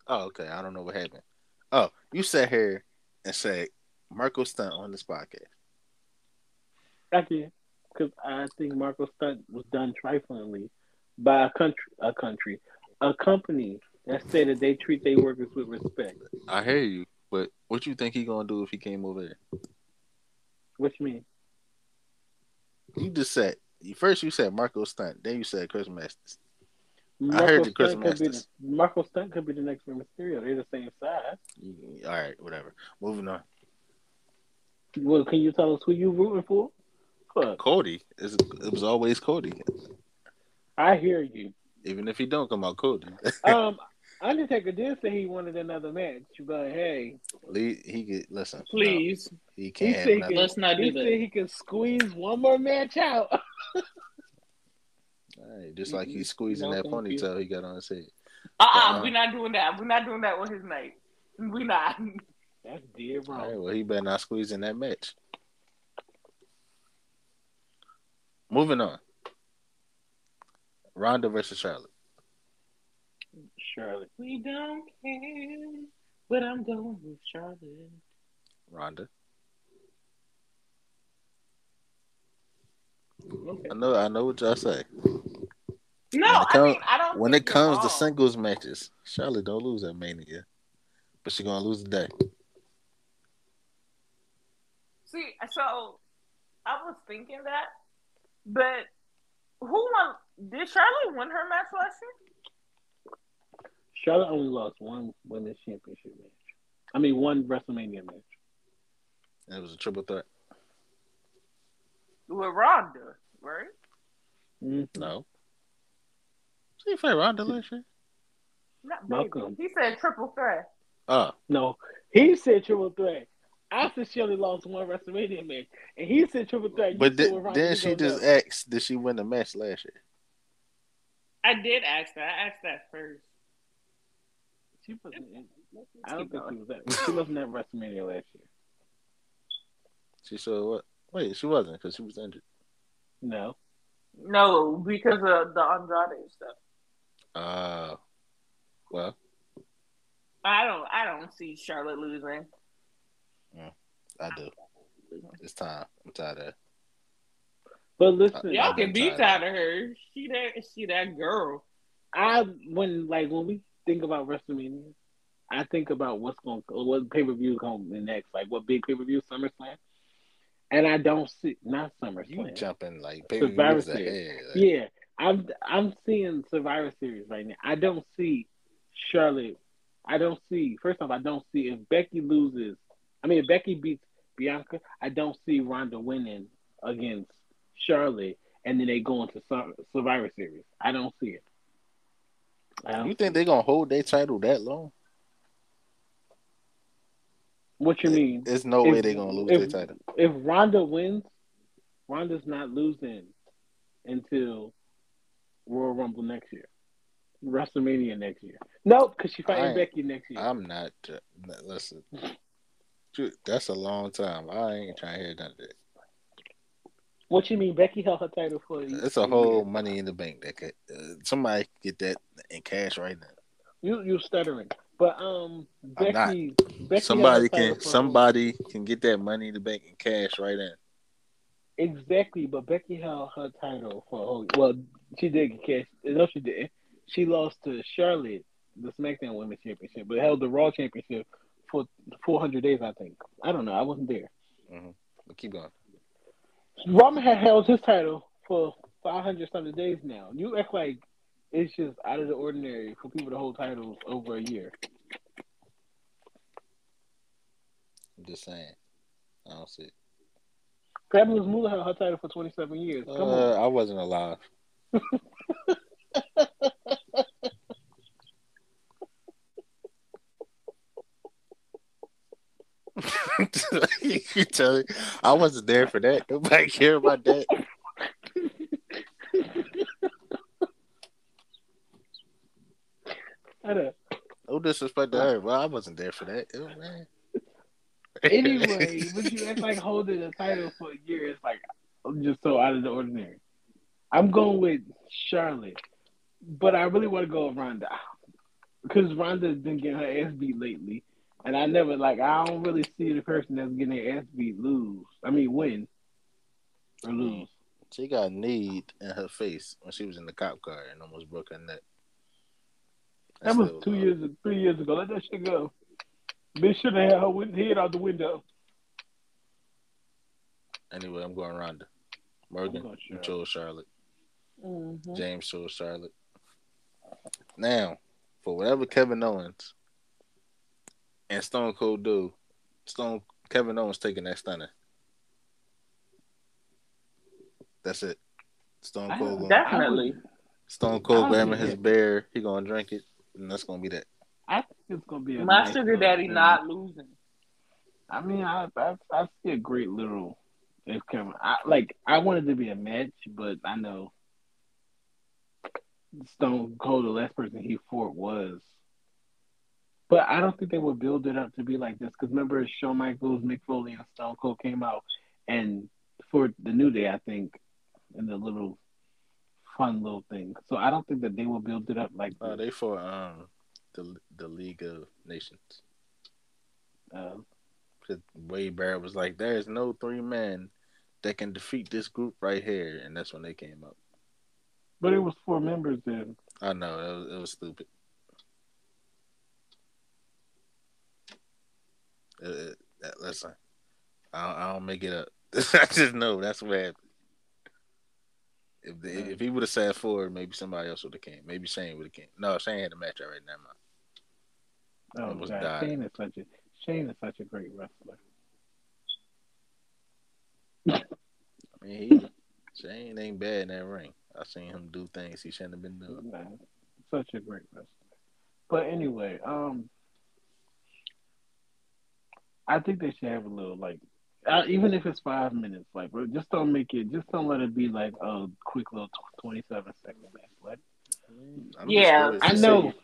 Speaker 1: Oh, okay. I don't know what happened. Oh, you sat here and said Marco Stunt on this podcast.
Speaker 2: I can, because I think Marco Stunt was done triflingly by a country, a country, a company that said that they treat their workers with respect.
Speaker 1: I hear
Speaker 2: Mm-hmm.
Speaker 1: you, but what you think he gonna do if he came over here?
Speaker 2: Which means
Speaker 1: You just said first you said Marco Stunt, then you said Chris Masters.
Speaker 2: Marco
Speaker 1: heard you, Chris
Speaker 2: Stunt could be the,
Speaker 1: Masters.
Speaker 2: Marco Stunt could be the next Rey Mysterio. They're the same size.
Speaker 1: You- All right, whatever. Moving on.
Speaker 2: Well, can you tell us who you rooting for? Fuck,
Speaker 1: Cody is it was always Cody,
Speaker 2: I hear you.
Speaker 1: even if he don't come out Cody.
Speaker 2: Um, Undertaker did say he wanted another match, but hey,
Speaker 1: Lee, he could listen. no,
Speaker 3: Please.
Speaker 1: he
Speaker 2: he
Speaker 1: can't.
Speaker 2: said
Speaker 1: have
Speaker 2: he
Speaker 1: nothing.
Speaker 2: can-
Speaker 3: Let's not
Speaker 2: he
Speaker 3: do
Speaker 2: said
Speaker 3: that.
Speaker 2: he can squeeze one more match out.
Speaker 1: All right, just like he's
Speaker 2: Mhm.
Speaker 1: squeezing
Speaker 2: No,
Speaker 1: that
Speaker 2: thank you.
Speaker 1: ponytail he got on his head.
Speaker 3: Uh uh-uh,
Speaker 1: Uh-uh.
Speaker 3: we're not doing that. We're not doing that on his night. We're not.
Speaker 2: That's dead
Speaker 1: All right,
Speaker 2: wrong.
Speaker 1: well, he better not squeeze in that match. Moving on. Ronda versus Charlotte.
Speaker 2: Surely.
Speaker 3: We don't care. But I'm going with Charlotte.
Speaker 1: Ronda.
Speaker 2: Okay.
Speaker 1: I know, I know what y'all say.
Speaker 3: No,
Speaker 1: When it
Speaker 3: I
Speaker 1: come-
Speaker 3: mean I don't.
Speaker 1: When
Speaker 3: think
Speaker 1: it comes
Speaker 3: you're
Speaker 1: to
Speaker 3: wrong.
Speaker 1: singles matches, Charlotte don't lose that mania, but she gonna lose today.
Speaker 3: see, so I was thinking that, but who won? Did Charlotte win her match last year?
Speaker 2: Charlotte only lost one women's championship match. I mean, one WrestleMania match.
Speaker 1: And it was a triple threat.
Speaker 3: With Ronda, right? Mm-hmm.
Speaker 1: No, she fought Ronda last year.
Speaker 3: Not
Speaker 2: Welcome.
Speaker 3: baby. He said triple threat.
Speaker 1: Oh,
Speaker 2: No, he said triple threat. I said she only lost one WrestleMania match, and he said triple threat. You
Speaker 1: but
Speaker 2: said
Speaker 1: thi-
Speaker 2: with Ronda,
Speaker 1: then
Speaker 2: you
Speaker 1: she
Speaker 2: don't
Speaker 1: just
Speaker 2: know.
Speaker 1: asked, did she win the match last year?
Speaker 3: I did ask that. I asked that first.
Speaker 2: She wasn't in- I don't
Speaker 3: Keep
Speaker 2: think
Speaker 3: going.
Speaker 2: she was at. She wasn't at WrestleMania last year.
Speaker 1: She said what? Wait, she wasn't because she was injured.
Speaker 2: No,
Speaker 3: No, because of the Andrade stuff.
Speaker 1: Oh, well,
Speaker 3: I don't. I don't see Charlotte losing.
Speaker 1: I do. It's time. I'm tired of. it.
Speaker 2: but listen,
Speaker 3: Y'all
Speaker 1: Yeah.
Speaker 3: can be
Speaker 1: Tired.
Speaker 3: tired of her. She that. She that girl.
Speaker 2: I when like when we think about WrestleMania, I think about what's going, to what pay per view going to be next, like what big pay per view, SummerSlam, and I don't see not
Speaker 1: You
Speaker 2: SummerSlam.
Speaker 1: jumping like baby
Speaker 2: Survivor
Speaker 1: was
Speaker 2: Series.
Speaker 1: ahead. Like,
Speaker 2: Yeah, I'm I'm seeing Survivor Series right now. I don't see Charlotte. I don't see. First off, I don't see if Becky loses. I mean, if Becky beats Bianca, I don't see Ronda winning against Charlotte, and then they go into Sur- Survivor Series. I don't see it. I don't
Speaker 1: You
Speaker 2: see
Speaker 1: think they gonna hold their title that long?
Speaker 2: it. what you mean?
Speaker 1: There's no
Speaker 2: If-
Speaker 1: way they gonna lose
Speaker 2: if-
Speaker 1: their title.
Speaker 2: If Ronda wins, Ronda's not losing until Royal Rumble next year, WrestleMania next year. Nope, because she
Speaker 1: I
Speaker 2: fighting
Speaker 1: ain't-
Speaker 2: Becky next year.
Speaker 1: I'm not. tr- n- Listen, Dude, that's a long time. I ain't trying to hear none of that.
Speaker 2: What you mean? Becky held her title for you.
Speaker 1: It's a whole money in the bank that could uh, somebody could get that in cash right now.
Speaker 2: You you stuttering, but um,
Speaker 1: I'm not.
Speaker 2: Becky. Becky
Speaker 1: somebody
Speaker 2: held her title
Speaker 1: can
Speaker 2: for-
Speaker 1: somebody can get that money in the bank in cash right now.
Speaker 2: exactly, but Becky held her title for a whole. Well, she did get cash. No, she didn't. She lost to Charlotte, the SmackDown Women's Championship, but held the Raw Championship for 400 days. I think. I don't know. I wasn't there.
Speaker 1: But keep going.
Speaker 2: Roman had held his title for 500 something days now. You act like it's just out of the ordinary for people to hold titles over a year.
Speaker 1: I'm just saying. I don't see. It.
Speaker 2: Fabulous Moolah held her title for 27 years. Come on.
Speaker 1: Uh, I wasn't alive. you tell me, I wasn't there for that. Nobody care about that.
Speaker 2: I don't-
Speaker 1: No disrespect to her, but I wasn't there for that. Oh, man.
Speaker 2: Anyway, but you act like holding a title for a year is like just so out of the ordinary. I'm going with Charlotte, but I really want to go with Ronda because Ronda's been getting her ass beat lately, and I never like I don't really see the person that's getting their ass beat lose. I mean, win or lose.
Speaker 1: she got kneed in her face when she was in the cop car and almost broke her neck.
Speaker 2: That was
Speaker 1: still- uh,
Speaker 2: two years, three years ago. Let that shit go. Bitch should have had her win- head out the window.
Speaker 1: Anyway, I'm going Ronda. Morgan,
Speaker 2: going
Speaker 1: you
Speaker 2: Charlotte.
Speaker 1: chose Charlotte.
Speaker 3: Mm-hmm.
Speaker 1: James chose Charlotte. Now, for whatever Kevin Owens and Stone Cold do, Stone Kevin Owens taking that stunner. That's it. Stone
Speaker 2: I
Speaker 1: Cold.
Speaker 2: don't-
Speaker 1: gonna-
Speaker 2: that-
Speaker 3: Definitely.
Speaker 1: Stone
Speaker 2: I
Speaker 1: Cold
Speaker 2: don't
Speaker 1: grabbing
Speaker 2: think
Speaker 1: his
Speaker 2: it-
Speaker 1: beer. He gonna drink it, and that's gonna be that.
Speaker 2: I think it's gonna be a
Speaker 3: My
Speaker 2: nice
Speaker 3: sugar
Speaker 2: little
Speaker 3: daddy
Speaker 2: thing.
Speaker 3: not losing.
Speaker 2: I mean, I I, I see a great little if Cameron. I, like I wanted to be a match, but I know Stone Cold, the last person he fought was. But I don't think they would build it up to be like this because remember, Shawn Michaels, Mick Foley, and Stone Cold came out and for the New Day, I think, and the little fun little thing. So I don't think that they will build it up like
Speaker 1: Uh,
Speaker 2: this.
Speaker 1: they for um the the League of Nations.
Speaker 2: Uh,
Speaker 1: Wade Barrett was like, "There is no three men that can defeat this group right here, and that's when they came up.
Speaker 2: But it was four members then.
Speaker 1: I know that was, it was stupid. Uh, uh, listen, I don't, I don't make it up. I just know that's what happened. If they, if he would have sat forward, maybe somebody else would have came. Maybe Shane would have came. No, Shane had a match already. Never mind.
Speaker 2: Oh
Speaker 1: Almost
Speaker 2: God,
Speaker 1: died.
Speaker 2: Shane is such a Shane is such a great wrestler.
Speaker 1: I mean, he, Shane ain't bad in that ring. I seen him do things he shouldn't have been doing.
Speaker 2: Man, such a great wrestler. But anyway, um, I think they should have a little like, uh, even if it's five minutes, like, bro, just don't make it, just don't let it be like a quick little tw- twenty-seven second match. Like,
Speaker 1: I'm just
Speaker 3: Yeah.
Speaker 1: curious to
Speaker 2: I know.
Speaker 1: see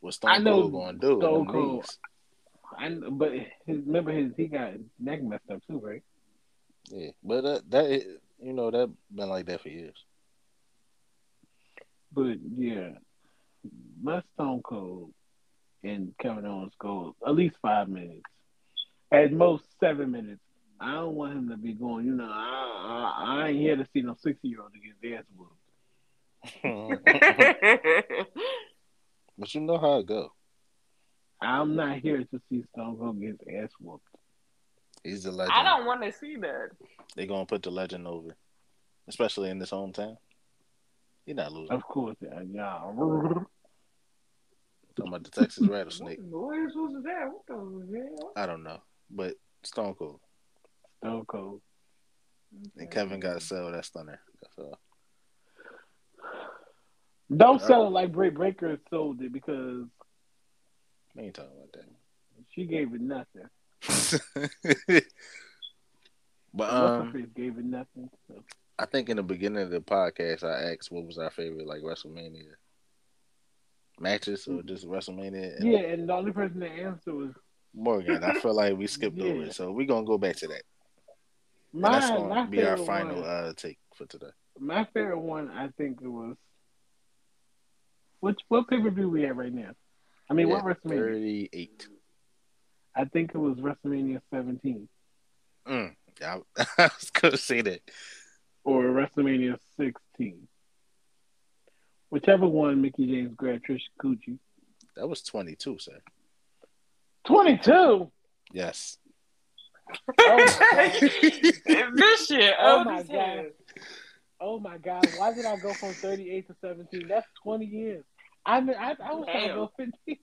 Speaker 1: what Stone
Speaker 2: I know
Speaker 1: Cold going to do.
Speaker 2: Stone
Speaker 1: in the
Speaker 2: Cold.
Speaker 1: leagues.
Speaker 2: I kn- but his remember his he got his neck messed up too, right?
Speaker 1: Yeah, but that, that is- you know that been like that for years.
Speaker 2: But yeah, let Stone Cold and Kevin Owens go at least five minutes, at most seven minutes. I don't want him to be going. You know, I I, I ain't here to see no sixty year old to get his ass whooped.
Speaker 1: but you know how it go.
Speaker 2: I'm not here to see Stone Cold get his ass whooped.
Speaker 1: He's the legend.
Speaker 3: I don't want to see that.
Speaker 1: They're gonna put the legend over, especially in this hometown. He's not losing.
Speaker 2: Of course, yeah, yeah.
Speaker 1: Talking about the Texas rattlesnake.
Speaker 3: What noise was that? What the hell?
Speaker 1: I don't know, but Stone Cold
Speaker 2: Stone Cold.
Speaker 1: and Kevin got to sell that stunner. That's all.
Speaker 2: Don't sell it like Britt Baker sold it because
Speaker 1: We ain't talking about that.
Speaker 2: she gave it nothing.
Speaker 1: but
Speaker 2: Um,
Speaker 1: um,
Speaker 2: gave it nothing.
Speaker 1: I think in the beginning of the podcast, I asked what was our favorite like WrestleMania matches or just WrestleMania. And
Speaker 2: Yeah, and the only person that answered was
Speaker 1: Morgan, I feel like we skipped over
Speaker 2: Yeah.
Speaker 1: it, so we're gonna go back to that. And
Speaker 2: my,
Speaker 1: that's gonna
Speaker 2: my
Speaker 1: be our
Speaker 2: favorite
Speaker 1: final
Speaker 2: One,
Speaker 1: uh take for today.
Speaker 2: my favorite one, I think it was. Which what pay per view we at right now? I mean, what
Speaker 1: Yeah,
Speaker 2: WrestleMania?
Speaker 1: Thirty-eight.
Speaker 2: I think it was WrestleMania 17
Speaker 1: Mm, I, I was gonna say that.
Speaker 2: or WrestleMania 16, whichever one. Mickey James grabbed Trish Gucci.
Speaker 1: That was twenty-two, sir.
Speaker 2: 22.
Speaker 1: Yes.
Speaker 3: this shit.
Speaker 2: Oh
Speaker 3: Oh,
Speaker 2: my
Speaker 3: my god.
Speaker 2: Oh my God! Why did I go from 38 to 17? That's 20 years. I mean, I, I was trying to go 15.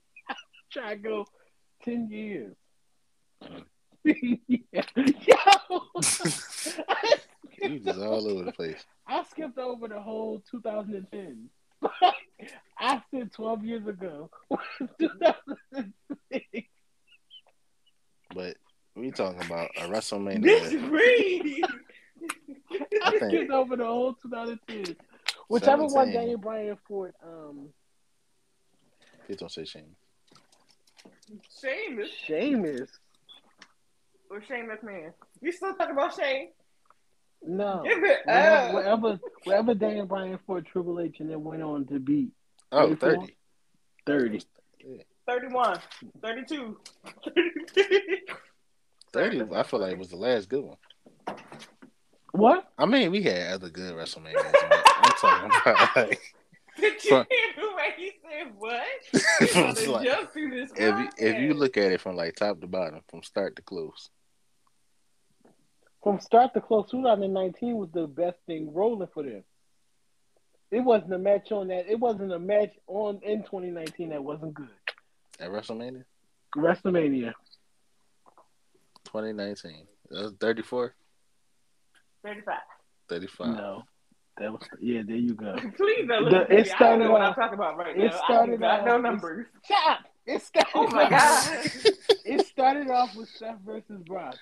Speaker 2: try to go 10 years. Yo,
Speaker 1: you just all over the place.
Speaker 2: I skipped over the whole 2010. I said 12 years ago. 2006.
Speaker 1: But we talking about a WrestleMania.
Speaker 3: This read.
Speaker 2: I
Speaker 1: I think-
Speaker 2: skipped over the whole 2010. Whichever one
Speaker 1: 17.
Speaker 2: Daniel Bryan Ford um
Speaker 1: Please don't say shame.
Speaker 3: Seamus
Speaker 2: Sheamus.
Speaker 3: or Shane McMahon. You still talking about Uh, Shane?
Speaker 2: No.
Speaker 3: Give it
Speaker 2: Whatever,
Speaker 3: up.
Speaker 2: whatever, whatever Daniel Bryan Ford Triple H and then went on to beat
Speaker 1: Oh,
Speaker 2: 34?
Speaker 1: 30.
Speaker 2: 30.
Speaker 3: 31, 32.
Speaker 1: 30, I feel like was the last good one.
Speaker 2: What?
Speaker 1: I mean, we had other good WrestleManias. but I'm talking about like,
Speaker 3: Did you
Speaker 1: Fuck.
Speaker 3: hear the way he said what?
Speaker 1: it's
Speaker 3: He's gonna
Speaker 1: like,
Speaker 3: jump through this
Speaker 1: if you, if you
Speaker 3: podcast.
Speaker 1: look at it from like top to bottom, from start to close,
Speaker 2: From start to close, 2019 was the best thing rolling for them. It wasn't a match on that. It wasn't a match on in 2019 that wasn't good.
Speaker 1: at WrestleMania
Speaker 2: WrestleMania.
Speaker 1: 2019, that was 34,
Speaker 3: 35.
Speaker 1: 35.
Speaker 2: No, that was yeah. There you go.
Speaker 3: Please don't
Speaker 2: The-
Speaker 3: listen
Speaker 2: it
Speaker 3: to me. I don't
Speaker 2: started
Speaker 3: know what
Speaker 2: off-
Speaker 3: I'm talking about right
Speaker 2: it
Speaker 3: now.
Speaker 2: started
Speaker 3: I, I know
Speaker 2: off-
Speaker 3: numbers.
Speaker 2: Shut up. It started.
Speaker 3: Oh my god.
Speaker 2: It started off with Seth versus Brock,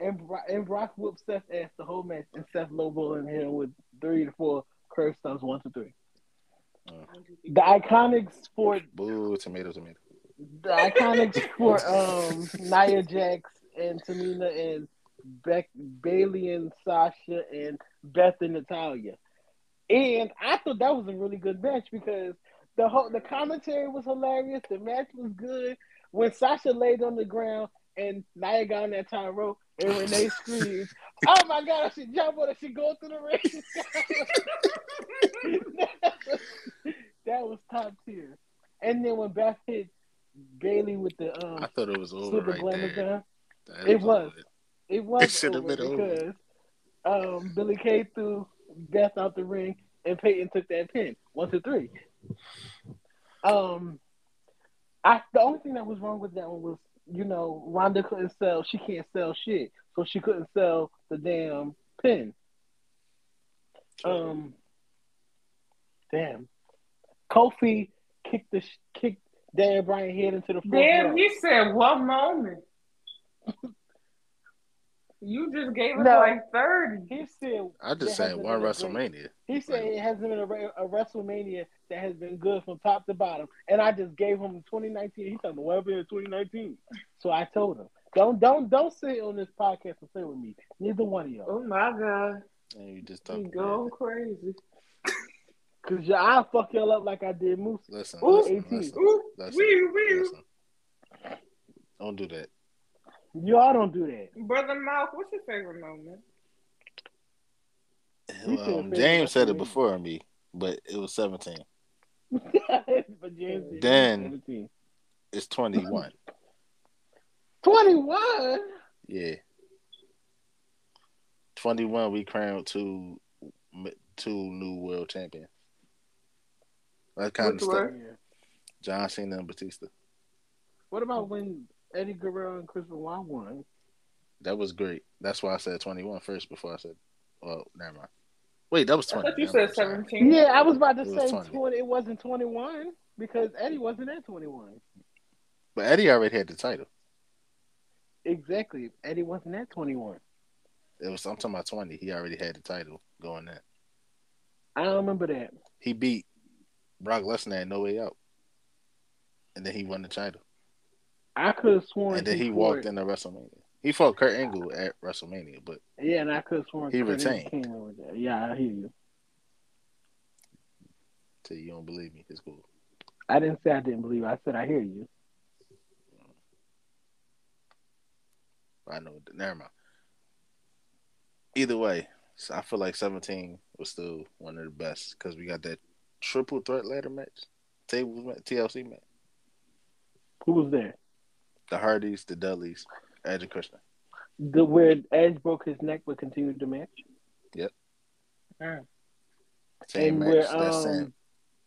Speaker 2: and Brock, and Brock whooped Seth's ass the whole match, and Seth lowballing him with three to four curve stunts, one to three. The iconics for
Speaker 1: Boo, tomato, tomato.
Speaker 2: the iconics for um Nia Jax and Tamina and Beck Bailey and Sasha and Beth and Natalia. And I thought that was a really good match because the whole the commentary was hilarious, the match was good. When Sasha laid on the ground and Nia got on that top rope, and Renee screams, "Oh my god! I should jump on it. She go through the ring." that was top tier. And then when Beth hit Bailey with the
Speaker 1: I
Speaker 2: um
Speaker 1: thought it was over
Speaker 2: super
Speaker 1: right there.
Speaker 2: glamour gun,
Speaker 1: That
Speaker 2: It was.
Speaker 1: over.
Speaker 2: it was
Speaker 1: should've
Speaker 2: over
Speaker 1: been over.
Speaker 2: because um Billy Kay threw Beth out the ring, and Peyton took that pin. One, two, three. Um, I the only thing that was wrong with that one was you know Ronda couldn't sell. She can't sell shit, so she couldn't sell the damn pin. Um, damn, Kofi kicked the sh- kicked Dan Bryan head into the floor.
Speaker 3: Damn, he said what moment? You just gave us
Speaker 2: No.
Speaker 3: like thirty.
Speaker 2: he said
Speaker 1: I just
Speaker 2: there
Speaker 1: said
Speaker 2: hasn't
Speaker 1: why
Speaker 2: been a great-
Speaker 1: WrestleMania?
Speaker 2: He said it has been a, re- a WrestleMania that has been good from top to bottom, and I just gave him 2019. He talking about whatever in 2019, so I told him, don't don't don't sit on this podcast and say with me. Neither one of y'all,
Speaker 3: Oh my god,
Speaker 1: And you just
Speaker 3: he
Speaker 1: talking.
Speaker 3: going crazy.
Speaker 2: cause y'all, I'll fuck y'all up like I did Moose.
Speaker 1: Listen,
Speaker 3: Ooh,
Speaker 1: listen,
Speaker 2: 18.
Speaker 1: listen,
Speaker 3: Ooh,
Speaker 1: That's-
Speaker 3: wee, wee.
Speaker 1: listen. Don't do that.
Speaker 2: Y'all don't do that.
Speaker 3: Brother Mouth, what's your favorite moment?
Speaker 2: You should've
Speaker 1: Um,
Speaker 2: said
Speaker 1: James said it
Speaker 2: WrestleMania.
Speaker 1: before me, but it was 17.
Speaker 2: but James did
Speaker 1: Then-
Speaker 2: 17.
Speaker 1: It's 21.
Speaker 2: 21.
Speaker 1: yeah. 21, we crowned two two new world champions. That kind
Speaker 3: Which
Speaker 1: of
Speaker 3: were?
Speaker 1: stuff.
Speaker 2: Yeah.
Speaker 1: John Cena and Batista.
Speaker 2: What about when Eddie Guerrero and Chris Benoit won?
Speaker 1: That was great. That's why I said 21 first before I said, well, never mind. Wait, that was
Speaker 3: I
Speaker 1: 20.
Speaker 3: thought you
Speaker 1: Never mind,
Speaker 3: said
Speaker 1: sorry.
Speaker 3: seventeen.
Speaker 2: Yeah, I was about to
Speaker 1: It was
Speaker 2: say
Speaker 1: 20.
Speaker 2: 20. It wasn't 21 because Eddie wasn't at 21.
Speaker 1: But Eddie already had the title.
Speaker 2: Exactly. Eddie wasn't at 21.
Speaker 1: It was I'm talking about 20. He already had the title going in.
Speaker 2: I don't remember that.
Speaker 1: He beat Brock Lesnar at No Way Out. And then he won the title.
Speaker 2: I could have sworn.
Speaker 1: And then he
Speaker 2: scored-
Speaker 1: walked into WrestleMania. He fought Kurt Angle at WrestleMania, but
Speaker 2: Yeah, and I could have sworn
Speaker 1: He
Speaker 2: Kurt Angle
Speaker 1: retained.
Speaker 2: came in with that. Yeah, I hear you.
Speaker 1: till you don't believe me, it's cool.
Speaker 2: I didn't say I didn't believe. it. I said I hear you.
Speaker 1: I know. Never mind. Either way, so I feel like 17 was still one of the best because we got that triple threat ladder match, table ma- TLC match.
Speaker 2: Who was there?
Speaker 1: The Hardys, the Dudleys, Edge and Christian.
Speaker 2: The where Edge broke his neck but continued the match.
Speaker 1: Same
Speaker 2: And
Speaker 1: match.
Speaker 2: where,
Speaker 1: that
Speaker 2: um,
Speaker 1: same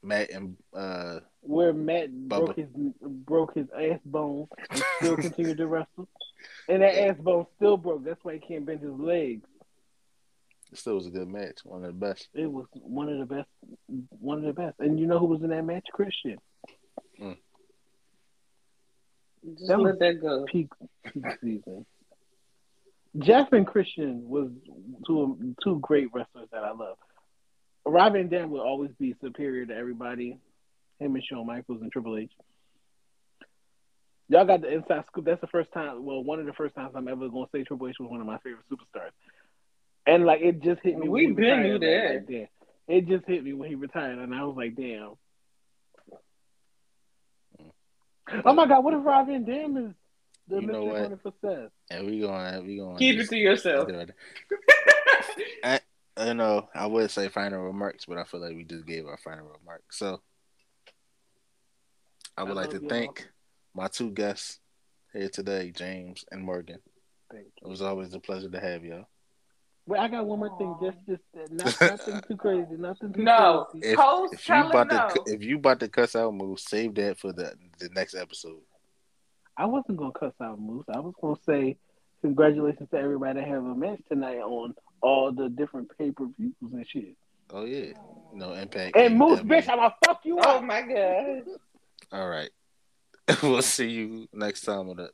Speaker 1: Matt and uh,
Speaker 2: Where Matt broke
Speaker 1: Bubba.
Speaker 2: his broke his ass bone and still continued to wrestle, and that ass bone still broke. That's why he can't bend his legs.
Speaker 1: it still was a good match, one of the best.
Speaker 2: It was one of the best, one of the best. And you know who was in that match? Christian.
Speaker 3: Just
Speaker 2: That was-
Speaker 3: let that go.
Speaker 2: peak, peak season. Jeff and Christian was two two great wrestlers that I love. Robin Dan will always be superior to everybody. Him and Shawn Michaels and Triple H. Y'all got the inside scoop. That's the first time. Well, one of the first times I'm ever going to say Triple H was one of my favorite superstars. And like it just hit me.
Speaker 3: We
Speaker 2: when he
Speaker 3: been
Speaker 2: retired,
Speaker 3: knew
Speaker 2: like,
Speaker 3: that.
Speaker 2: right there. It just hit me when he retired, and I was like, "Damn! Oh my God! What if Robin Dam is the
Speaker 1: You know
Speaker 2: mystery
Speaker 1: what?
Speaker 2: running for Seth?"
Speaker 1: And we going, we going.
Speaker 3: Keep it to yourself.
Speaker 1: I know I would say final remarks, but I feel like we just gave our final remarks. So I would
Speaker 2: I
Speaker 1: like
Speaker 2: love
Speaker 1: to
Speaker 2: y'all.
Speaker 1: thank my two guests here today, James and Morgan.
Speaker 2: Thank
Speaker 1: It
Speaker 2: you.
Speaker 1: was always a pleasure to have y'all.
Speaker 2: Wait, I got one more thing.
Speaker 3: Aw.
Speaker 2: Just, just uh, not, nothing too crazy. Nothing too
Speaker 3: No.
Speaker 2: crazy.
Speaker 1: If,
Speaker 3: Coach,
Speaker 1: if you
Speaker 3: tell her
Speaker 1: about
Speaker 3: no.
Speaker 1: to if you about to cuss out move, save that for the the next episode.
Speaker 2: I wasn't gonna cuss out Moose. I was gonna say congratulations to everybody that have a match tonight on all the different pay per views and shit.
Speaker 1: Oh yeah, no impact.
Speaker 2: And Moose,
Speaker 1: AEW.
Speaker 2: bitch, I'ma fuck you
Speaker 3: Oh
Speaker 2: up.
Speaker 3: my god.
Speaker 1: All right, we'll see you next time on the.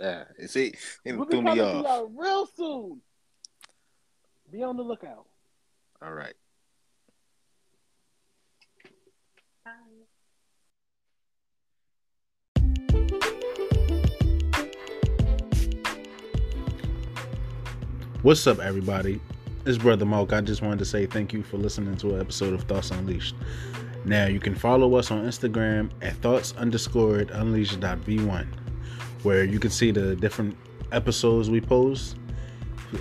Speaker 1: Yeah, see, it
Speaker 2: We'll be
Speaker 1: threw me
Speaker 2: coming to
Speaker 1: off.
Speaker 2: y'all real soon. Be on the lookout.
Speaker 1: All right. What's up, everybody? It's Brother Malk. I just wanted to say thank you for listening to an episode of Thoughts Unleashed. Now, you can follow us on Instagram at thoughts underscore unleashed.v1.
Speaker 5: where you can see the different episodes we post.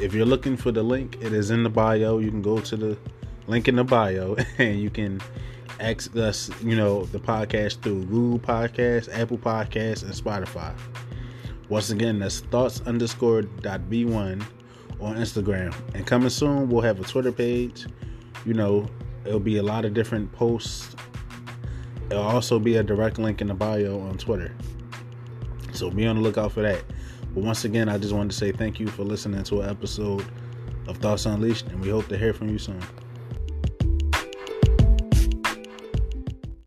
Speaker 5: If you're looking for the link, it is in the bio. You can go to the link in the bio and you can access us, you know, the podcast through Google Podcasts, Apple Podcasts, and Spotify. Once again, that's thoughts underscore dot B1 on Instagram. And coming soon, we'll have a Twitter page. You know, it'll be a lot of different posts. It'll also be a direct link in the bio on Twitter. So be on the lookout for that. But once again, I just wanted to say thank you for listening to an episode of Thoughts Unleashed, and we hope to hear from you soon.